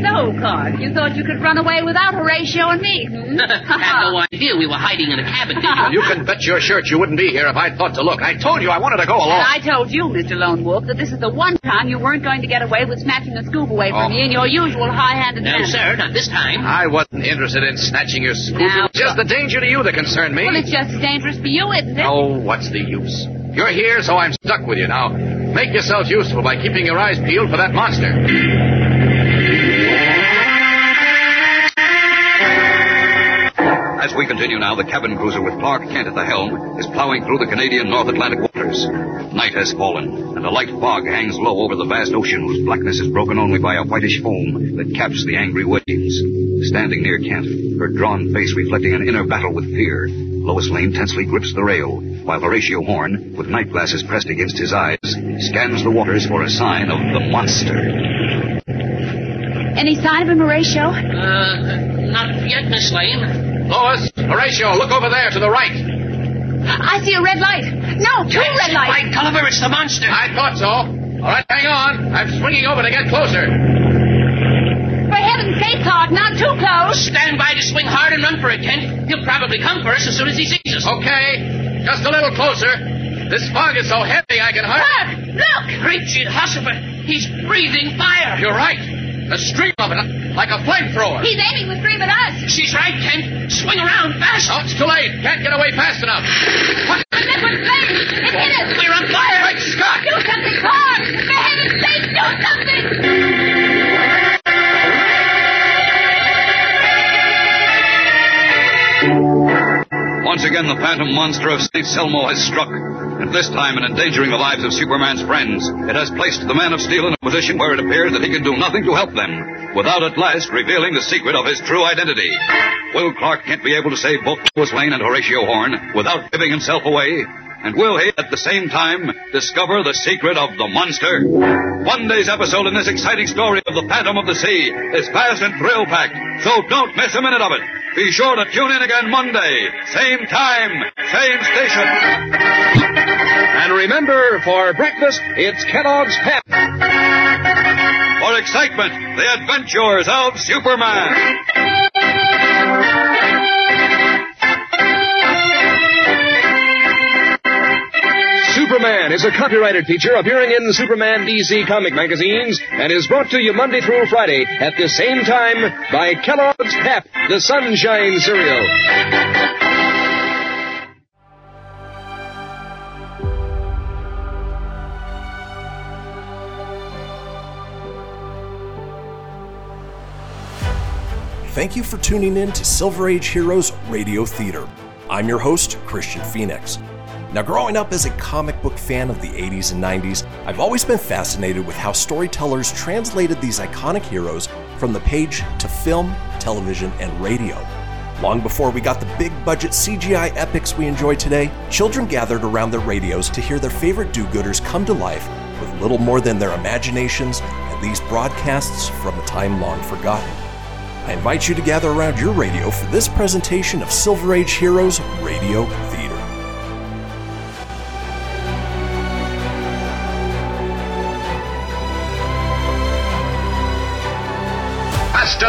Speaker 12: So, Clark, you thought you could run away without Horatio and me? hmm?
Speaker 5: Had no idea we were hiding in a cabin, did you?
Speaker 4: Well, you can bet your shirt you wouldn't be here if I thought to look. I told you I wanted to go along.
Speaker 12: And I told you, Mr. Lone Wolf, that this is the one time you weren't going to get away with snatching the scoop away from
Speaker 4: Oh.
Speaker 12: me in your usual high-handed
Speaker 4: No,
Speaker 12: manner.
Speaker 4: sir,
Speaker 5: not this time.
Speaker 4: I wasn't interested in snatching your scoop.
Speaker 12: Now-
Speaker 4: It was just the danger to you that concerned me.
Speaker 12: Well, it's just as dangerous for you, isn't it?
Speaker 4: Oh, what's the use? You're here, so I'm stuck with you. Now, make yourselves useful by keeping your eyes peeled for that monster.
Speaker 2: As we continue now, the cabin cruiser with Clark Kent at the helm is plowing through the Canadian North Atlantic waters. Night has fallen, and a light fog hangs low over the vast ocean whose blackness is broken only by a whitish foam that caps the angry waves. Standing near Kent, her drawn face reflecting an inner battle with fear, Lois Lane tensely grips the rail, while Horatio Horn, with night glasses pressed against his eyes, scans the waters for a sign of the monster.
Speaker 12: Any sign of him, Horatio?
Speaker 5: Uh, not yet, Miss Lane.
Speaker 4: Lois, Horatio, look over there to the right.
Speaker 12: I see a red light. No, two red lights.
Speaker 5: By Gulliver, it's the monster.
Speaker 4: I thought so. All right, hang on. I'm swinging over to get closer.
Speaker 12: For heaven's sake, Clark, not too close.
Speaker 5: Stand by to swing hard and run for it, Kent. He'll probably come for us as soon as he sees us.
Speaker 4: Okay, just a little closer. This fog is so heavy I can hardly.
Speaker 5: Look! Great Gene Hussifer! He's breathing fire!
Speaker 4: You're right. The stream of it, like a flamethrower.
Speaker 12: He's aiming the stream at us.
Speaker 5: She's right, Kent. Swing around fast!
Speaker 4: Oh, it's too late. Can't get away fast enough. What?
Speaker 12: That one's flaming. It hit us.
Speaker 5: We're on fire!
Speaker 4: Great Scott!
Speaker 12: Do something, Clark. For heaven's sake, do something.
Speaker 2: Once again, the phantom monster of St. Selmo has struck, and this time, in endangering the lives of Superman's friends, it has placed the Man of Steel in a position where it appears that he can do nothing to help them, without at last revealing the secret of his true identity. Will Clark Kent be able to save both Lois Lane and Horatio Horn without giving himself away? And will he, at the same time, discover the secret of the monster? Monday's episode in this exciting story of the Phantom of the Sea is fast and thrill packed, so don't miss a minute of it. Be sure to tune in again Monday, same time, same station.
Speaker 21: And remember, for breakfast, it's Kellogg's Pep.
Speaker 2: For excitement, the adventures of Superman.
Speaker 21: Superman is a copyrighted feature appearing in Superman DC comic magazines and is brought to you Monday through Friday at the same time by Kellogg's Pep, the Sunshine Cereal.
Speaker 1: Thank you for tuning in to Silver Age Heroes Radio Theater. I'm your host, Christian Phoenix. Now, growing up as a comic book fan of the 80s and 90s, I've always been fascinated with how storytellers translated these iconic heroes from the page to film, television, and radio. Long before we got the big budget CGI epics we enjoy today, children gathered around their radios to hear their favorite do gooders come to life with little more than their imaginations and these broadcasts from a time long forgotten. I invite you to gather around your radio for this presentation of Silver Age Heroes Radio Theater.
Speaker 6: Faster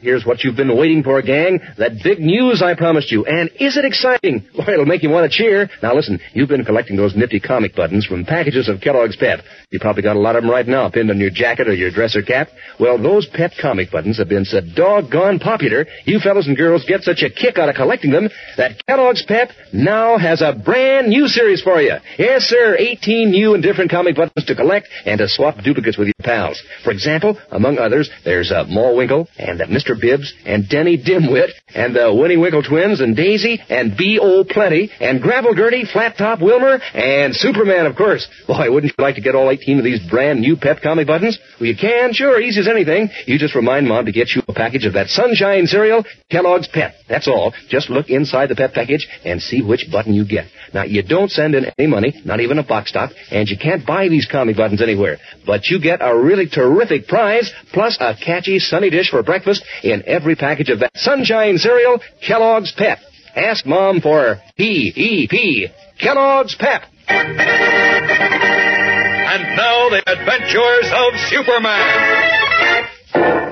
Speaker 3: Here's what you've been waiting for, gang. That big news I promised you. And is it exciting? Well, it'll make you want to cheer. Now listen, you've been collecting those nifty comic buttons from packages of Kellogg's Pep. You probably got a lot of them right now pinned on your jacket or your dresser cap. Well, those Pep comic buttons have been so doggone popular, you fellas and girls get such a kick out of collecting them that Kellogg's Pep now has a brand new series for you. Yes, sir, 18 new and different comic buttons to collect and to swap duplicates with your pals. For example, among others, there's uh, Winkle and uh, Mr. Bibbs and Denny Dimwit and the Winnie Winkle twins and Daisy and B.O. Plenty and Gravel Gertie, Flat Top Wilmer, and Superman, of course. Boy, wouldn't you like to get all 18 of these brand new Pep comic buttons? Well, you can, sure, easy as anything. You just remind Mom to get you a package of that Sunshine cereal, Kellogg's Pep. That's all. Just look inside the Pep package and see which button you get. Now, you don't send in any money, not even a box stop, and you can't buy these comic buttons anywhere. But you get a really terrific prize, plus a catchy sunny dish for breakfast in every package of that Sunshine cereal, Kellogg's Pep. Ask Mom for P.E.P. Kellogg's Pep.
Speaker 2: And now, the adventures of Superman.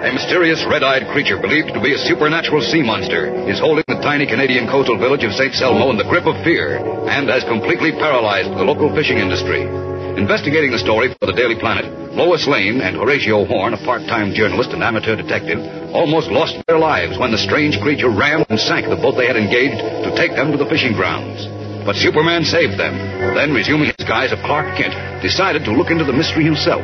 Speaker 2: A mysterious red-eyed creature believed to be a supernatural sea monster is holding the tiny Canadian coastal village of St. Selmo in the grip of fear and has completely paralyzed the local fishing industry. Investigating the story for the Daily Planet, Lois Lane and Horatio Horn, a part-time journalist and amateur detective, almost lost their lives when the strange creature rammed and sank the boat they had engaged to take them to the fishing grounds. But Superman saved them, then resuming his guise of Clark Kent, decided to look into the mystery himself.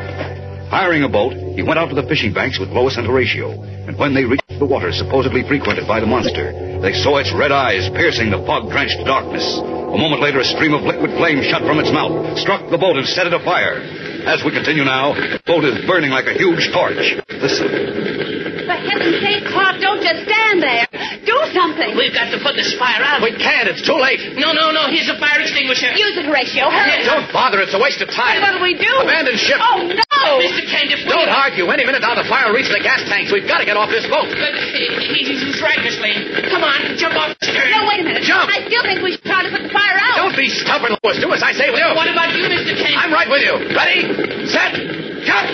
Speaker 2: Hiring a boat, he went out to the fishing banks with Lois and Horatio, and when they reached the water supposedly frequented by the monster, they saw its red eyes piercing the fog-drenched darkness. A moment later, a stream of liquid flame shot from its mouth, struck the boat, and set it afire. As we continue now, the boat is burning like a huge torch. Listen.
Speaker 16: For heaven's sake, Clark, don't just stand there. Do something.
Speaker 5: We've got to put this fire out.
Speaker 9: We can't. It's too late.
Speaker 5: No, no, no. Here's a fire extinguisher.
Speaker 16: Use it, Horatio. Hurry.
Speaker 9: Don't bother. It's a waste of time.
Speaker 16: What'll we do?
Speaker 9: Abandon ship.
Speaker 16: Oh, no.
Speaker 5: Mr. Kent, if we...
Speaker 9: Don't argue. Any minute now, the fire will reach the gas tanks. We've got to get off this boat.
Speaker 5: But he, he- he's right, Miss Lane. Come on, jump off the stern.
Speaker 16: No, wait a minute.
Speaker 9: Jump.
Speaker 16: I still think we should try to put the fire out.
Speaker 9: Don't be stubborn, Lois. Do as I say will you.
Speaker 5: What about you, Mr. Kent?
Speaker 9: I'm right with you. Ready, set, jump.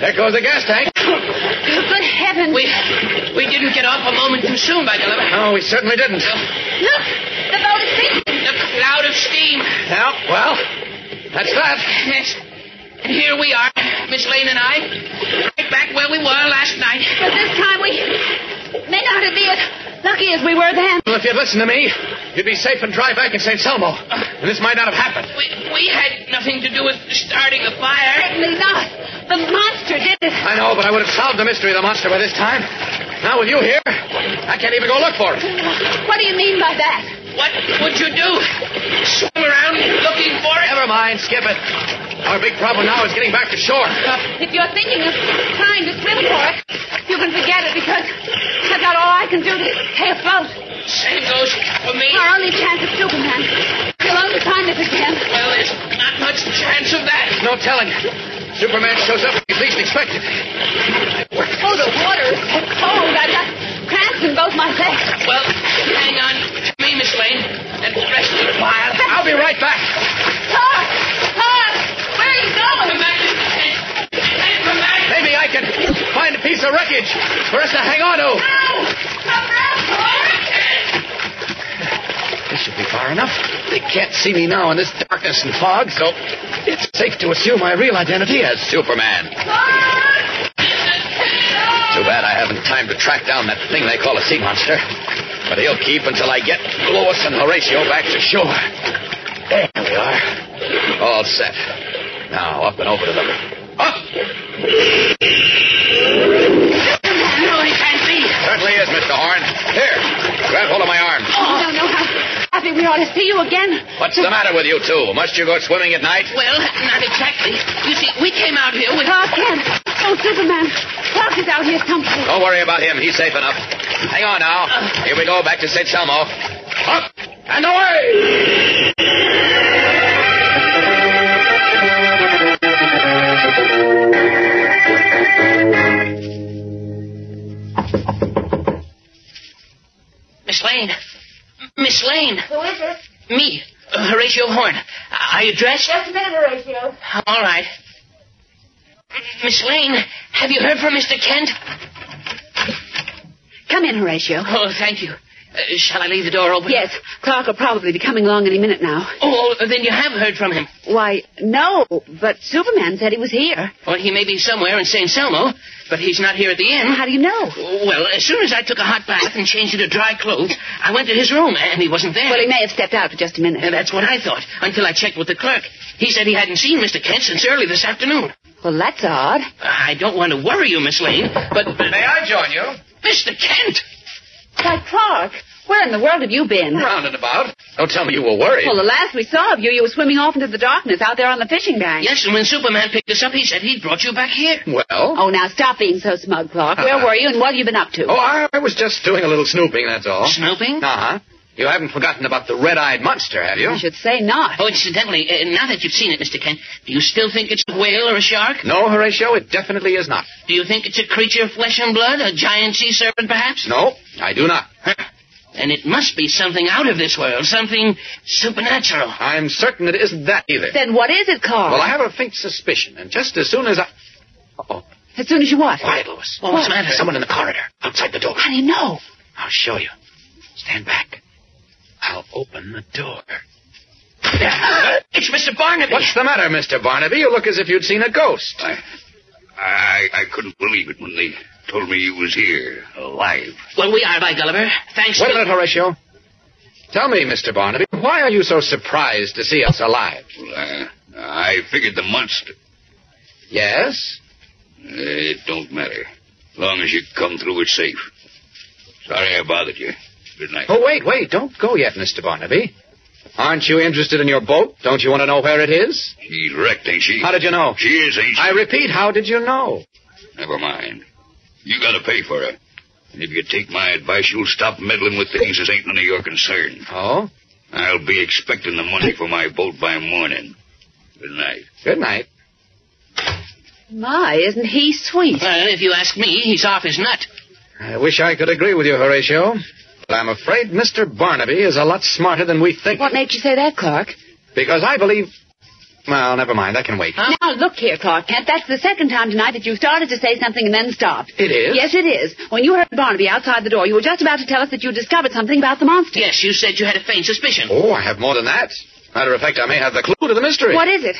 Speaker 18: There goes the gas tank.
Speaker 16: Good heavens.
Speaker 5: We, we didn't get off a moment too soon, by Gulliver.
Speaker 4: No, we certainly didn't.
Speaker 5: Look, the boat is sinking. The cloud of steam.
Speaker 4: Yeah, well, that's that.
Speaker 5: Yes. And here we are, Miss Lane and I, right back where we were last night.
Speaker 6: But this time we may not be as lucky as we were then.
Speaker 4: Well, if you'd listened to me, you'd be safe and dry back in St. Selmo. And this might not have happened.
Speaker 5: We, we had nothing to do with starting the fire. Uh,
Speaker 6: Certainly not. The monster did it.
Speaker 4: I know, but I would have solved the mystery of the monster by this time. Now, with you here, I can't even go look for it.
Speaker 6: What do you mean by that?
Speaker 5: What would you do? Swim around looking for it?
Speaker 4: Never mind, skip it. Our big problem now is getting back to shore.
Speaker 6: If you're thinking of trying to swim for it, you can forget it because I've got all I can do to stay afloat.
Speaker 5: Same goes for me.
Speaker 6: Our only chance is Superman. He'll only find us again.
Speaker 5: Well, there's not much chance of that.
Speaker 4: No telling. Superman shows up when he's least expected.
Speaker 6: Oh, the water is so cold. I've got cramps in both my legs.
Speaker 5: Well, hang on to me, Miss Lane, and the rest of the
Speaker 6: Oh,
Speaker 5: pile.
Speaker 4: I'll be right back.
Speaker 6: Clark! Clark! Where are you going?
Speaker 5: Come back. Come back.
Speaker 4: Maybe I can find a piece of wreckage for us to hang on to. This should be far enough. They can't see me now in this darkness and fog, so it's safe to assume my real identity as Superman. Too bad I haven't time to track down that thing they call a sea monster. But he'll keep until I get Lois and Horatio back to shore. There we are. All set. Now, up and over to them. Up!
Speaker 6: No, it can't be.
Speaker 4: Certainly is, Mr. Horn. Here, grab hold of my arm.
Speaker 6: I don't know how happy we are to see you again.
Speaker 4: What's the matter with you two? Must you go swimming at night?
Speaker 5: Well, not exactly. You see, we came out here with.
Speaker 6: Clark Kent. Oh, Superman. Clark is out here somewhere.
Speaker 4: Don't worry about him. He's safe enough. Hang on now. Here we go, back to St. Selmo. Up and away!
Speaker 5: Miss Lane. Miss Lane.
Speaker 22: Who is it?
Speaker 5: Me, uh, Horatio Horn. Are you dressed?
Speaker 22: Just a minute, Horatio.
Speaker 5: All right. Miss Lane, have you heard from Mr. Kent?
Speaker 12: Come in, Horatio.
Speaker 5: Oh, thank you. Uh, shall I leave the door open?
Speaker 12: Yes, Clark will probably be coming along any minute now.
Speaker 5: Oh, then you have heard from him.
Speaker 12: Why, no, but Superman said he was here.
Speaker 5: Well, he may be somewhere in St. Selmo, but he's not here at the inn.
Speaker 12: How do you know?
Speaker 5: Well, as soon as I took a hot bath and changed into dry clothes, I went to his room, and he wasn't there.
Speaker 12: Well, he may have stepped out for just a minute.
Speaker 5: And that's what I thought, until I checked with the clerk. He said he hadn't seen Mr. Kent since early this afternoon.
Speaker 12: Well, that's odd.
Speaker 5: I don't want to worry you, Miss Lane, but... but
Speaker 4: May I join you?
Speaker 5: Mr. Kent!
Speaker 12: Why, Clark, where in the world have you been?
Speaker 4: Round and about. Don't tell me you were worried.
Speaker 12: Well, the last we saw of you, you were swimming off into the darkness out there on the fishing bank.
Speaker 5: Yes, and when Superman picked us up, he said he'd brought you back here.
Speaker 4: Well?
Speaker 12: Oh, now stop being so smug, Clark. Where
Speaker 4: Uh-huh.
Speaker 12: were you and what have you been up to?
Speaker 4: Oh, I, I was just doing a little snooping, that's all.
Speaker 5: Snooping?
Speaker 4: Uh huh. You haven't forgotten about the red eyed monster, have you?
Speaker 12: I should say not.
Speaker 5: Oh, incidentally, uh, now that you've seen it, Mr. Kent, do you still think it's a whale or a shark?
Speaker 4: No, Horatio, it definitely is not.
Speaker 5: Do you think it's a creature of flesh and blood? A giant sea serpent, perhaps?
Speaker 4: No, I do not.
Speaker 5: Then it must be something out of this world, something supernatural.
Speaker 4: I'm certain it isn't that either.
Speaker 12: Then what is it, Clark?
Speaker 4: Well, I have a faint suspicion, and just as soon as I. Oh,
Speaker 12: As soon as you what?
Speaker 4: quiet, Louis.
Speaker 12: Well, what's the matter?
Speaker 4: Someone in the corridor, outside the door.
Speaker 12: How do you know?
Speaker 4: I'll show you. Stand back. I'll open the door.
Speaker 5: It's Mr. Barnaby.
Speaker 4: What's the matter, Mr. Barnaby? You look as if you'd seen a ghost.
Speaker 2: I, I couldn't believe it when they told me you was here, alive.
Speaker 5: Well, we are by Gulliver. Thanks
Speaker 4: Wait a
Speaker 5: to...
Speaker 4: minute, Horatio. Tell me, Mr. Barnaby, why are you so surprised to see us alive?
Speaker 2: Well, I, Uh, I figured the monster.
Speaker 4: Yes?
Speaker 2: Eh, It don't matter. Long as you come through it safe. Sorry I bothered you. Good night.
Speaker 4: Oh, wait, wait. Don't go yet, Mr. Barnaby. Aren't you interested in your boat? Don't you want to know where it is?
Speaker 2: She's wrecked, ain't she?
Speaker 4: How did you know?
Speaker 2: She is, ain't she?
Speaker 4: I repeat, how did you know?
Speaker 2: Never mind. You gotta pay for her. And if you take my advice, you'll stop meddling with things that ain't none of your concern.
Speaker 4: Oh?
Speaker 2: I'll be expecting the money for my boat by morning. Good night.
Speaker 4: Good night.
Speaker 12: My, isn't he sweet?
Speaker 5: Well, if you ask me, he's off his nut.
Speaker 4: I wish I could agree with you, Horatio. But I'm afraid Mr. Barnaby is a lot smarter than we think.
Speaker 12: What made you say that, Clark?
Speaker 4: Because I believe. Well, never mind. I can wait.
Speaker 12: Now, look here, Clark Kent. That's the second time tonight that you started to say something and then stopped.
Speaker 5: It is?
Speaker 12: Yes, it is. When you heard Barnaby outside the door, you were just about to tell us that you discovered something about the monster.
Speaker 5: Yes, you said you had a faint suspicion.
Speaker 4: Oh, I have more than that. Matter of fact, I may have the clue to the mystery. Ah.
Speaker 12: What is it?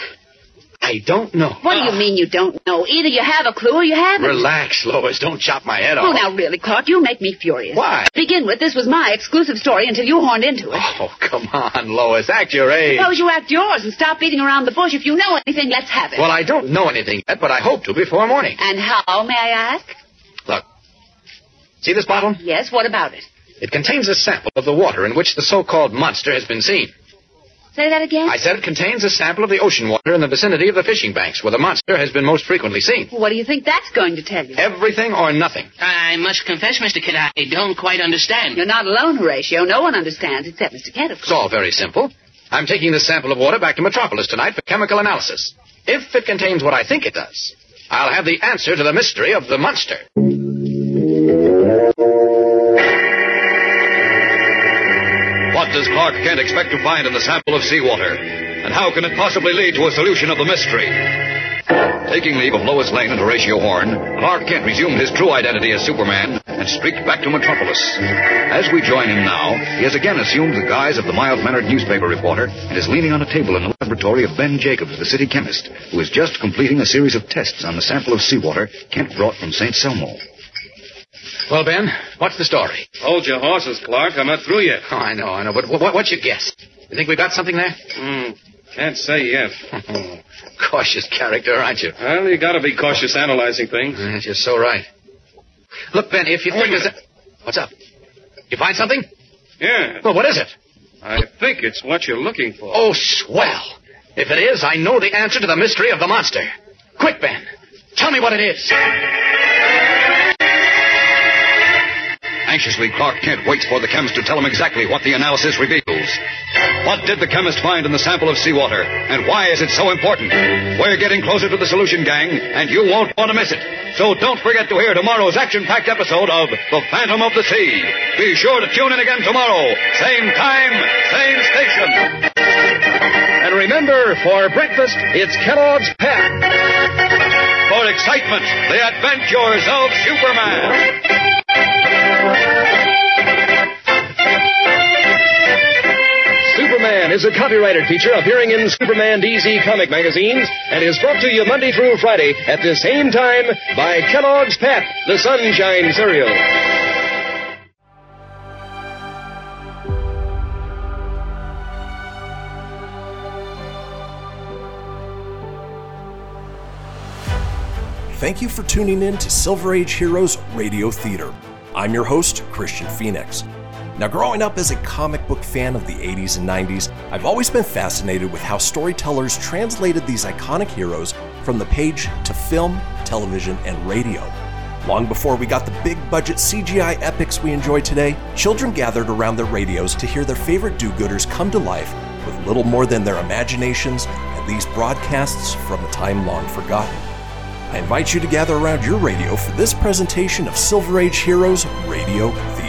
Speaker 4: I don't know.
Speaker 12: What do you mean you don't know? Either you have a clue or you haven't.
Speaker 4: Relax, Lois. Don't chop my head off.
Speaker 12: Oh, now, really, Clark, you make me furious.
Speaker 4: Why?
Speaker 12: To begin with, this was my exclusive story until you horned into it.
Speaker 4: Oh, come on, Lois. Act your age.
Speaker 12: Suppose you act yours and stop beating around the bush. If you know anything, let's have it.
Speaker 4: Well, I don't know anything yet, but I hope to before morning.
Speaker 12: And how, may I ask?
Speaker 4: Look. See this bottle?
Speaker 12: Yes, what about it?
Speaker 4: It contains a sample of the water in which the so-called monster has been seen.
Speaker 12: Say that again?
Speaker 4: I said it contains a sample of the ocean water in the vicinity of the fishing banks where the monster has been most frequently seen.
Speaker 12: What do you think that's going to tell you?
Speaker 4: Everything or nothing.
Speaker 5: I must confess, Mr. Kidd, I don't quite understand.
Speaker 12: You're not alone, Horatio. No one understands except Mr. Kent, of
Speaker 4: It's all very simple. I'm taking this sample of water back to Metropolis tonight for chemical analysis. If it contains what I think it does, I'll have the answer to the mystery of the monster.
Speaker 2: What does Clark Kent expect to find in the sample of seawater? And how can it possibly lead to a solution of the mystery? Taking leave of Lois Lane and Horatio Horn, Clark Kent resumed his true identity as Superman and streaked back to Metropolis. As we join him now, he has again assumed the guise of the mild mannered newspaper reporter and is leaning on a table in the laboratory of Ben Jacobs, the city chemist, who is just completing a series of tests on the sample of seawater Kent brought from St. Selmo.
Speaker 4: Well, Ben, what's the story?
Speaker 23: Hold your horses, Clark. I'm not through yet.
Speaker 4: Oh, I know, I know. But what, what's your guess? You think we got something there?
Speaker 23: Hmm. Can't say yet.
Speaker 4: Cautious character, aren't you?
Speaker 23: Well, you gotta be cautious analyzing things.
Speaker 4: Yes, you're so right. Look, Ben, if you think there's a... What's up? You find something?
Speaker 23: Yeah.
Speaker 4: Well, what is it?
Speaker 23: I think it's what you're looking for.
Speaker 4: Oh, swell. If it is, I know the answer to the mystery of the monster. Quick, Ben. Tell me what it is.
Speaker 2: Anxiously, Clark Kent waits for the chemist to tell him exactly what the analysis reveals. What did the chemist find in the sample of seawater? And why is it so important? We're getting closer to the solution, gang, and you won't want to miss it. So don't forget to hear tomorrow's action packed episode of The Phantom of the Sea. Be sure to tune in again tomorrow. Same time, same station.
Speaker 21: And remember, for breakfast, it's Kellogg's Pep.
Speaker 2: For excitement, the adventures of Superman.
Speaker 21: Superman is a copyrighted feature appearing in Superman DZ comic magazines and is brought to you Monday through Friday at the same time by Kellogg's Pep, the Sunshine Cereal.
Speaker 1: Thank you for tuning in to Silver Age Heroes Radio Theater. I'm your host, Christian Phoenix. Now, growing up as a comic book fan of the 80s and 90s, I've always been fascinated with how storytellers translated these iconic heroes from the page to film, television, and radio. Long before we got the big budget CGI epics we enjoy today, children gathered around their radios to hear their favorite do gooders come to life with little more than their imaginations and these broadcasts from a time long forgotten. I invite you to gather around your radio for this presentation of Silver Age Heroes Radio Theater.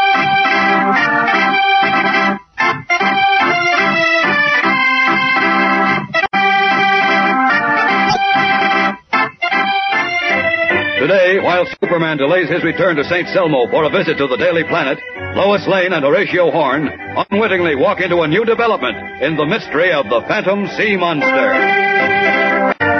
Speaker 2: Today, while Superman delays his return to St. Selmo for a visit to the Daily Planet, Lois Lane and Horatio Horn unwittingly walk into a new development in the mystery of the Phantom Sea Monster.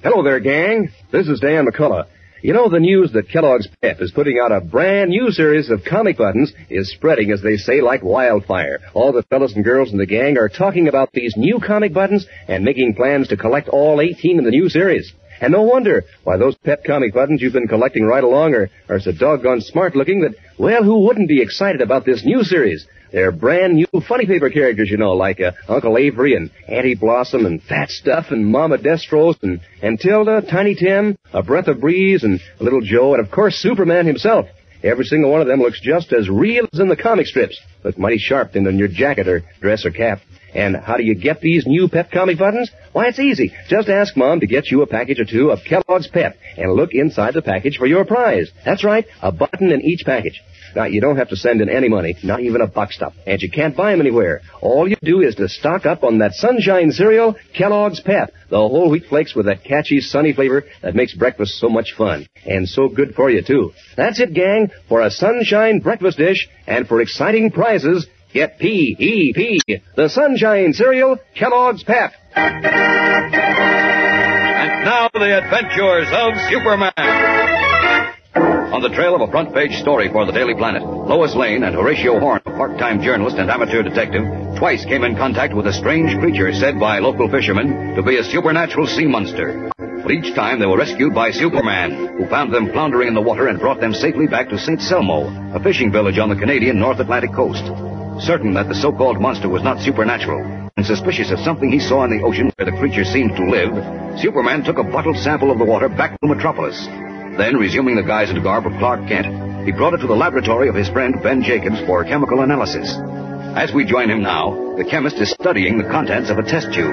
Speaker 3: Hello there, gang. This is Dan McCullough. You know, the news that Kellogg's Pep is putting out a brand new series of comic buttons is spreading, as they say, like wildfire. All the fellas and girls in the gang are talking about these new comic buttons and making plans to collect all 18 in the new series. And no wonder. Why, those pet comic buttons you've been collecting right along are, are so doggone smart looking that, well, who wouldn't be excited about this new series? They're brand new funny paper characters, you know, like uh, Uncle Avery and Auntie Blossom and Fat Stuff and Mama Destros and, and Tilda, Tiny Tim, A Breath of Breeze and Little Joe, and of course Superman himself. Every single one of them looks just as real as in the comic strips. Look mighty sharp then on your jacket or dress or cap. And how do you get these new Pep comic buttons? Why, it's easy. Just ask Mom to get you a package or two of Kellogg's Pep and look inside the package for your prize. That's right, a button in each package. Now, you don't have to send in any money, not even a buck stop, and you can't buy them anywhere. All you do is to stock up on that sunshine cereal, Kellogg's Pep, the whole wheat flakes with that catchy, sunny flavor that makes breakfast so much fun, and so good for you, too. That's it, gang, for a sunshine breakfast dish, and for exciting prizes, get P-E-P, the sunshine cereal, Kellogg's Pep.
Speaker 2: And now the adventures of Superman. On the trail of a front page story for the Daily Planet, Lois Lane and Horatio Horn, a part time journalist and amateur detective, twice came in contact with a strange creature said by local fishermen to be a supernatural sea monster. But each time they were rescued by Superman, who found them floundering in the water and brought them safely back to St. Selmo, a fishing village on the Canadian North Atlantic coast. Certain that the so called monster was not supernatural, and suspicious of something he saw in the ocean where the creature seemed to live, Superman took a bottled sample of the water back to Metropolis. Then, resuming the guise and garb of Clark Kent, he brought it to the laboratory of his friend Ben Jacobs for chemical analysis. As we join him now, the chemist is studying the contents of a test tube.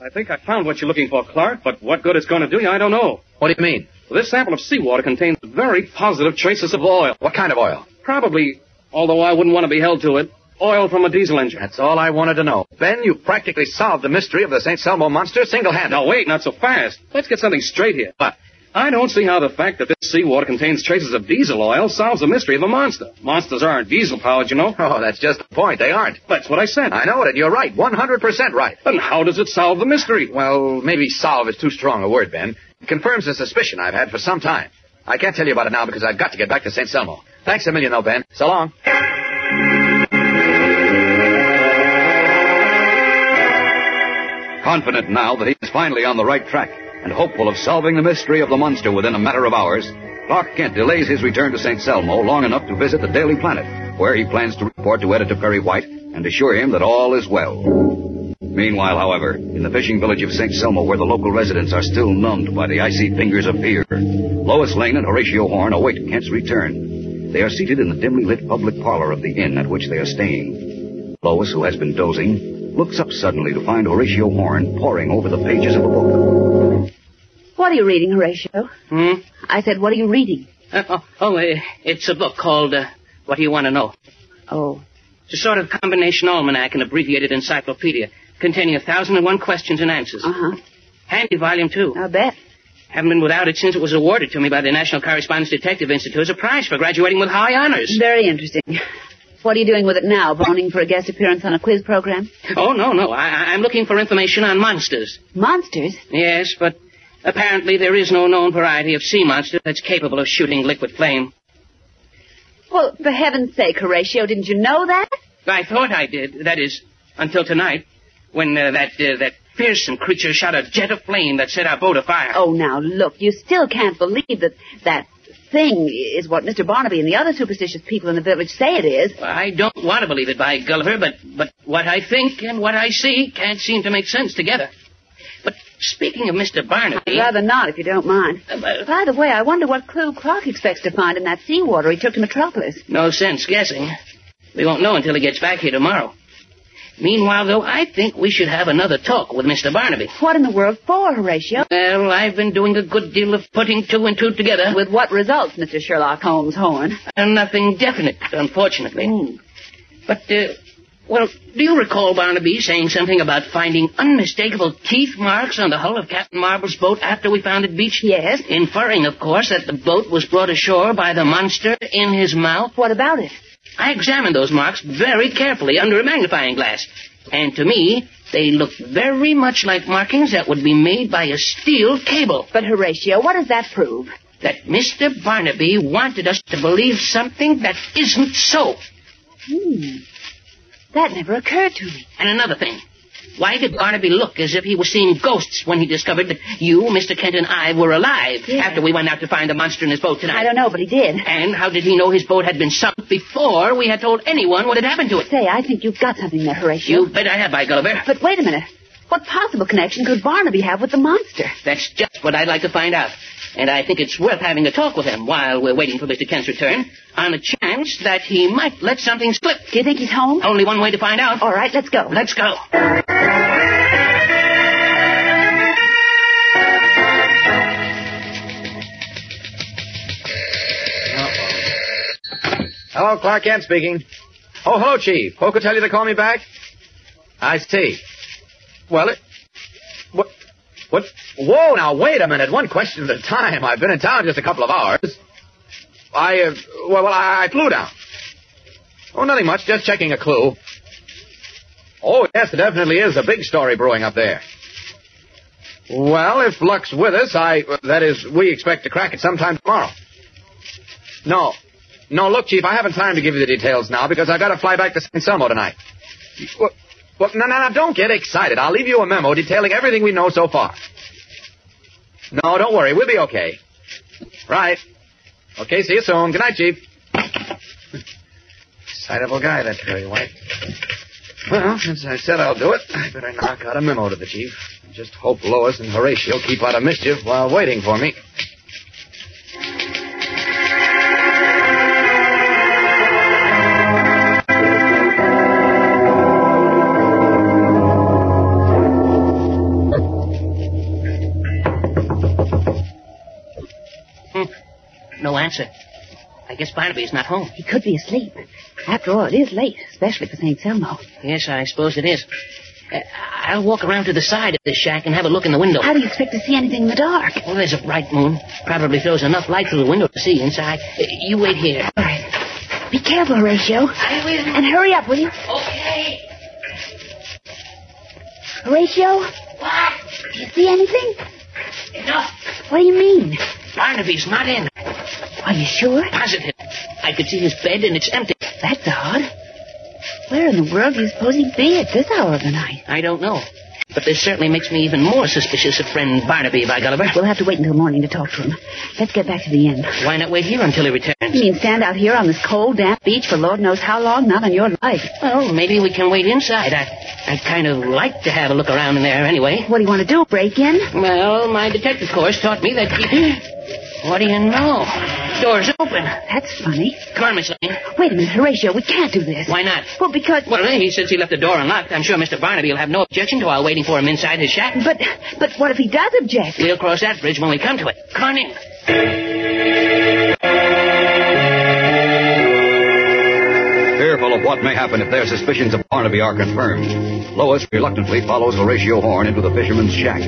Speaker 23: I think I found what you're looking for, Clark, but what good it's going to do you, I don't know.
Speaker 4: What do you mean?
Speaker 23: This sample of seawater contains very positive traces of oil.
Speaker 4: What kind of oil?
Speaker 23: Probably, although I wouldn't want to be held to it, oil from a diesel engine.
Speaker 4: That's all I wanted to know. Ben, you practically solved the mystery of the St. Selmo monster single handed.
Speaker 23: Now, wait, not so fast. Let's get something straight here. But I don't see how the fact that this seawater contains traces of diesel oil solves the mystery of a monster. Monsters aren't diesel powered, you know.
Speaker 4: Oh, that's just the point. They aren't.
Speaker 23: That's what I said.
Speaker 4: I know it. You're right. 100% right.
Speaker 23: Then how does it solve the mystery?
Speaker 4: Well, maybe solve is too strong a word, Ben. It confirms the suspicion I've had for some time. I can't tell you about it now because I've got to get back to St. Selmo. Thanks a million, though, Ben. So long.
Speaker 2: Confident now that he is finally on the right track and hopeful of solving the mystery of the monster within a matter of hours, Clark Kent delays his return to St. Selmo long enough to visit the Daily Planet, where he plans to report to Editor Perry White and assure him that all is well. Meanwhile, however, in the fishing village of St. Selmo, where the local residents are still numbed by the icy fingers of fear, Lois Lane and Horatio Horn await Kent's return. They are seated in the dimly lit public parlor of the inn at which they are staying. Lois, who has been dozing, looks up suddenly to find Horatio Horn poring over the pages of a book.
Speaker 12: What are you reading, Horatio?
Speaker 5: Hmm?
Speaker 12: I said, what are you reading?
Speaker 5: Uh, oh, oh, eh, it's a book called uh, What Do You Want to Know?
Speaker 12: Oh.
Speaker 5: It's a sort of combination almanac and abbreviated encyclopedia containing a thousand and one questions and answers. Uh
Speaker 12: huh.
Speaker 5: Handy volume, too.
Speaker 12: I Uh-huh. bet.
Speaker 5: Haven't been without it since it was awarded to me by the National Correspondence Detective Institute as a prize for graduating with high honors.
Speaker 12: Very interesting. What are you doing with it now? Boning for a guest appearance on a quiz program?
Speaker 5: Oh, no, no. I, I- I'm looking for information on monsters.
Speaker 12: Monsters?
Speaker 5: Yes, but apparently there is no known variety of sea monster that's capable of shooting liquid flame.
Speaker 12: Well, for heaven's sake, Horatio, didn't you know that?
Speaker 5: I thought I did. That is, until tonight, when uh, that uh, that fearsome creature shot a jet of flame that set our boat afire.
Speaker 12: Oh, now look, you still can't believe that that thing is what Mr. Barnaby and the other superstitious people in the village say it is.
Speaker 5: I don't want to believe it, by Gulliver, but but what I think and what I see can't seem to make sense together. But speaking of Mr.
Speaker 12: I'd
Speaker 5: Barnaby, uh,
Speaker 12: rather not, if you don't mind. By the way, I wonder what clue Clark expects to find in that seawater he took to Metropolis.
Speaker 5: no sense guessing. We won't know until he gets back here tomorrow. Meanwhile, though, I think we should have another talk with Mr. Barnaby.
Speaker 12: What in the world for, Horatio?
Speaker 5: Well, I've been doing a good deal of putting two and two together.
Speaker 12: With what results, Mr. Sherlock Holmes Horn?
Speaker 5: Uh, nothing definite, unfortunately.
Speaker 12: Hmm.
Speaker 5: But, uh, well, do you recall Barnaby saying something about finding unmistakable teeth marks on the hull of Captain Marble's boat after we found it beached?
Speaker 12: Yes.
Speaker 5: Inferring, of course, that the boat was brought ashore by the monster in his mouth.
Speaker 12: What about it?
Speaker 5: I examined those marks very carefully under a magnifying glass. And to me, they looked very much like markings that would be made by a steel cable.
Speaker 12: But, Horatio, what does that prove?
Speaker 5: That Mr. Barnaby wanted us to believe something that isn't so.
Speaker 12: Hmm. That never occurred to me.
Speaker 5: And another thing. Why did Barnaby look as if he was seeing ghosts when he discovered that you, Mr. Kent, and I were alive after we went out to find the monster in his boat tonight? I don't
Speaker 12: know, but he did.
Speaker 5: And how did he know his boat had been sunk before we had told anyone what had happened to it?
Speaker 12: Say, I think you've got something there, Horatio.
Speaker 5: You bet I have, by Gulliver.
Speaker 12: But wait a minute. What possible connection could Barnaby have with the monster?
Speaker 5: That's just what I'd like to find out. And I think it's worth having a talk with him while we're waiting for Mr. Kent's return, on the chance that he might let something slip.
Speaker 12: Do you think he's home?
Speaker 5: Only one way to find out.
Speaker 12: All right, let's go.
Speaker 5: Let's go.
Speaker 4: Hello, Clark Kent speaking. Oh, hello, Chief. Poker tell you to call me back? I see. Well, it. What? What? Whoa, now wait a minute. One question at a time. I've been in town just a couple of hours. I, uh, well, well I, I flew down. Oh, nothing much. Just checking a clue. Oh, yes, there definitely is a big story brewing up there. Well, if luck's with us, I, that is, we expect to crack it sometime tomorrow. No. No, look, Chief, I haven't time to give you the details now because I've got to fly back to San Selmo tonight. Well, well, no, no, no, don't get excited. I'll leave you a memo detailing everything we know so far. No, don't worry. We'll be okay. Right. Okay, see you soon. Good night, Chief. Excitable guy, that Perry White. Well, since I said I'll do it, I better knock out a memo to the Chief. I Just hope Lois and Horatio keep out of mischief while waiting for me.
Speaker 5: Hmm. No answer. I guess Barnaby's not home.
Speaker 12: He could be asleep. After all, it is late, especially for St. Selmo.
Speaker 5: Yes, I suppose it is. Uh, I'll walk around to the side of this shack and have a look in the window.
Speaker 12: How do you expect to see anything in the dark?
Speaker 5: Well, there's a bright moon. Probably throws enough light through the window to see inside. Uh, You wait here.
Speaker 12: All right. Be careful, Horatio. I will. And hurry up, will you?
Speaker 5: Okay.
Speaker 12: Horatio? What? Do you see anything? No. What do you mean?
Speaker 5: Barnaby's not in.
Speaker 12: Are you sure?
Speaker 5: Positive. I could see his bed and it's empty.
Speaker 12: That's odd. Where in the world do you suppose he'd be at this hour of the night?
Speaker 5: I don't know. But this certainly makes me even more suspicious of friend Barnaby, by Gulliver.
Speaker 12: We'll have to wait until morning to talk to him. Let's get back to the inn.
Speaker 5: Why not wait here until he returns?
Speaker 12: You mean stand out here on this cold, damp beach for Lord knows how long? Not on your life.
Speaker 5: Well, Oh, maybe we can wait inside. I, I kind of like to have a look around in there anyway.
Speaker 12: What do you want to do? Break in?
Speaker 5: Well, my detective course taught me that. You... what do you know? Door's open.
Speaker 12: That's funny.
Speaker 5: Come on, Miss Lane.
Speaker 12: Wait a minute, Horatio. We can't do this.
Speaker 5: Why not?
Speaker 12: Well, because.
Speaker 5: Well, he since he left the door unlocked, I'm sure Mr. Barnaby will have no objection to our waiting for him inside his shack.
Speaker 12: But, but what if he does object?
Speaker 5: We'll cross that bridge when we come to it. Come on in.
Speaker 2: Fearful of what may happen if their suspicions of Barnaby are confirmed, Lois reluctantly follows Horatio Horn into the fisherman's shack.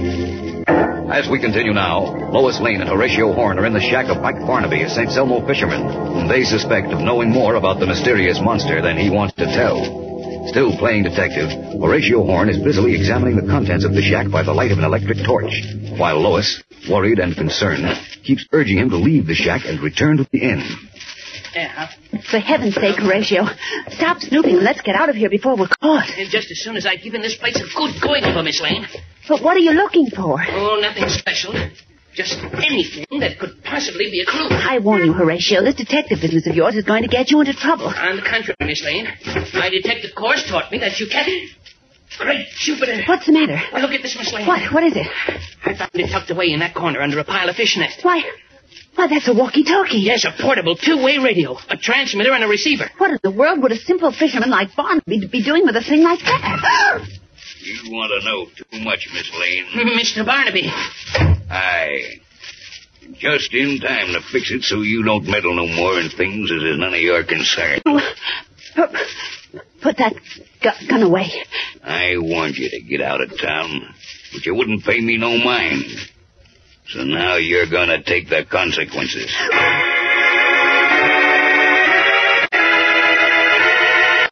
Speaker 2: As we continue now, Lois Lane and Horatio Horn are in the shack of Mike Barnaby, a St. Selmo fisherman, whom they suspect of knowing more about the mysterious monster than he wants to tell. Still playing detective, Horatio Horn is busily examining the contents of the shack by the light of an electric torch, while Lois, worried and concerned, keeps urging him to leave the shack and return to the inn.
Speaker 5: Yeah.
Speaker 12: For heaven's sake, Horatio, stop snooping and let's get out of here before we're caught.
Speaker 5: And just as soon as I've given this place a good going over, Miss Lane.
Speaker 12: But what are you looking for?
Speaker 5: Oh, nothing special. Just anything that could possibly be a clue.
Speaker 12: I warn you, Horatio, this detective business of yours is going to get you into trouble.
Speaker 5: On the contrary, Miss Lane, my detective course taught me that you can't. Great Jupiter!
Speaker 12: What's the matter?
Speaker 5: Why, look at this, Miss Lane.
Speaker 12: What? What is it?
Speaker 5: I found it tucked away in that corner under a pile of fish nets.
Speaker 12: Why, why, that's a walkie-talkie.
Speaker 5: Yes, a portable two-way radio, a transmitter and a receiver.
Speaker 12: What in the world would a simple fisherman like Barnaby be doing with a thing like that?
Speaker 24: You want to know too much, Miss Lane.
Speaker 5: Mr. Barnaby.
Speaker 24: Aye. Just in time to fix it so you don't meddle no more in things that is none of your concern.
Speaker 12: Put that gu- gun away.
Speaker 24: I warned you to get out of town, but you wouldn't pay me no mind. So now you're gonna take the consequences.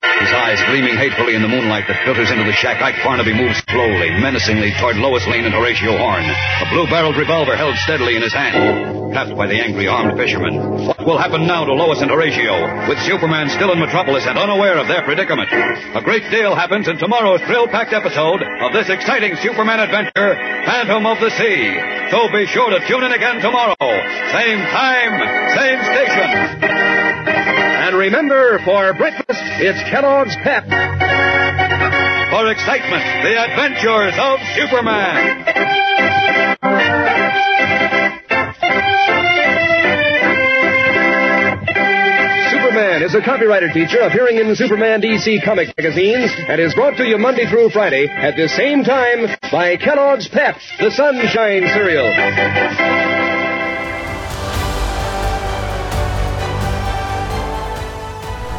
Speaker 2: The his eyes gleaming hatefully in the moonlight that filters into the shack, Ike Farnaby moves slowly, menacingly toward Lois Lane and Horatio Horn, a blue-barreled revolver held steadily in his hand, tapped by the angry armed fisherman. What will happen now to Lois and Horatio, with Superman still in Metropolis and unaware of their predicament? A great deal happens in tomorrow's thrill-packed episode of this exciting Superman adventure, Phantom of the Sea. So be sure to tune in again tomorrow, same time, same station.
Speaker 3: And remember, for breakfast, it's Kellogg's Pep.
Speaker 2: For excitement, the adventures of Superman.
Speaker 3: Superman is a copyrighted feature appearing in Superman DC comic magazines and is brought to you Monday through Friday at the same time by Kellogg's Pep, the Sunshine Cereal.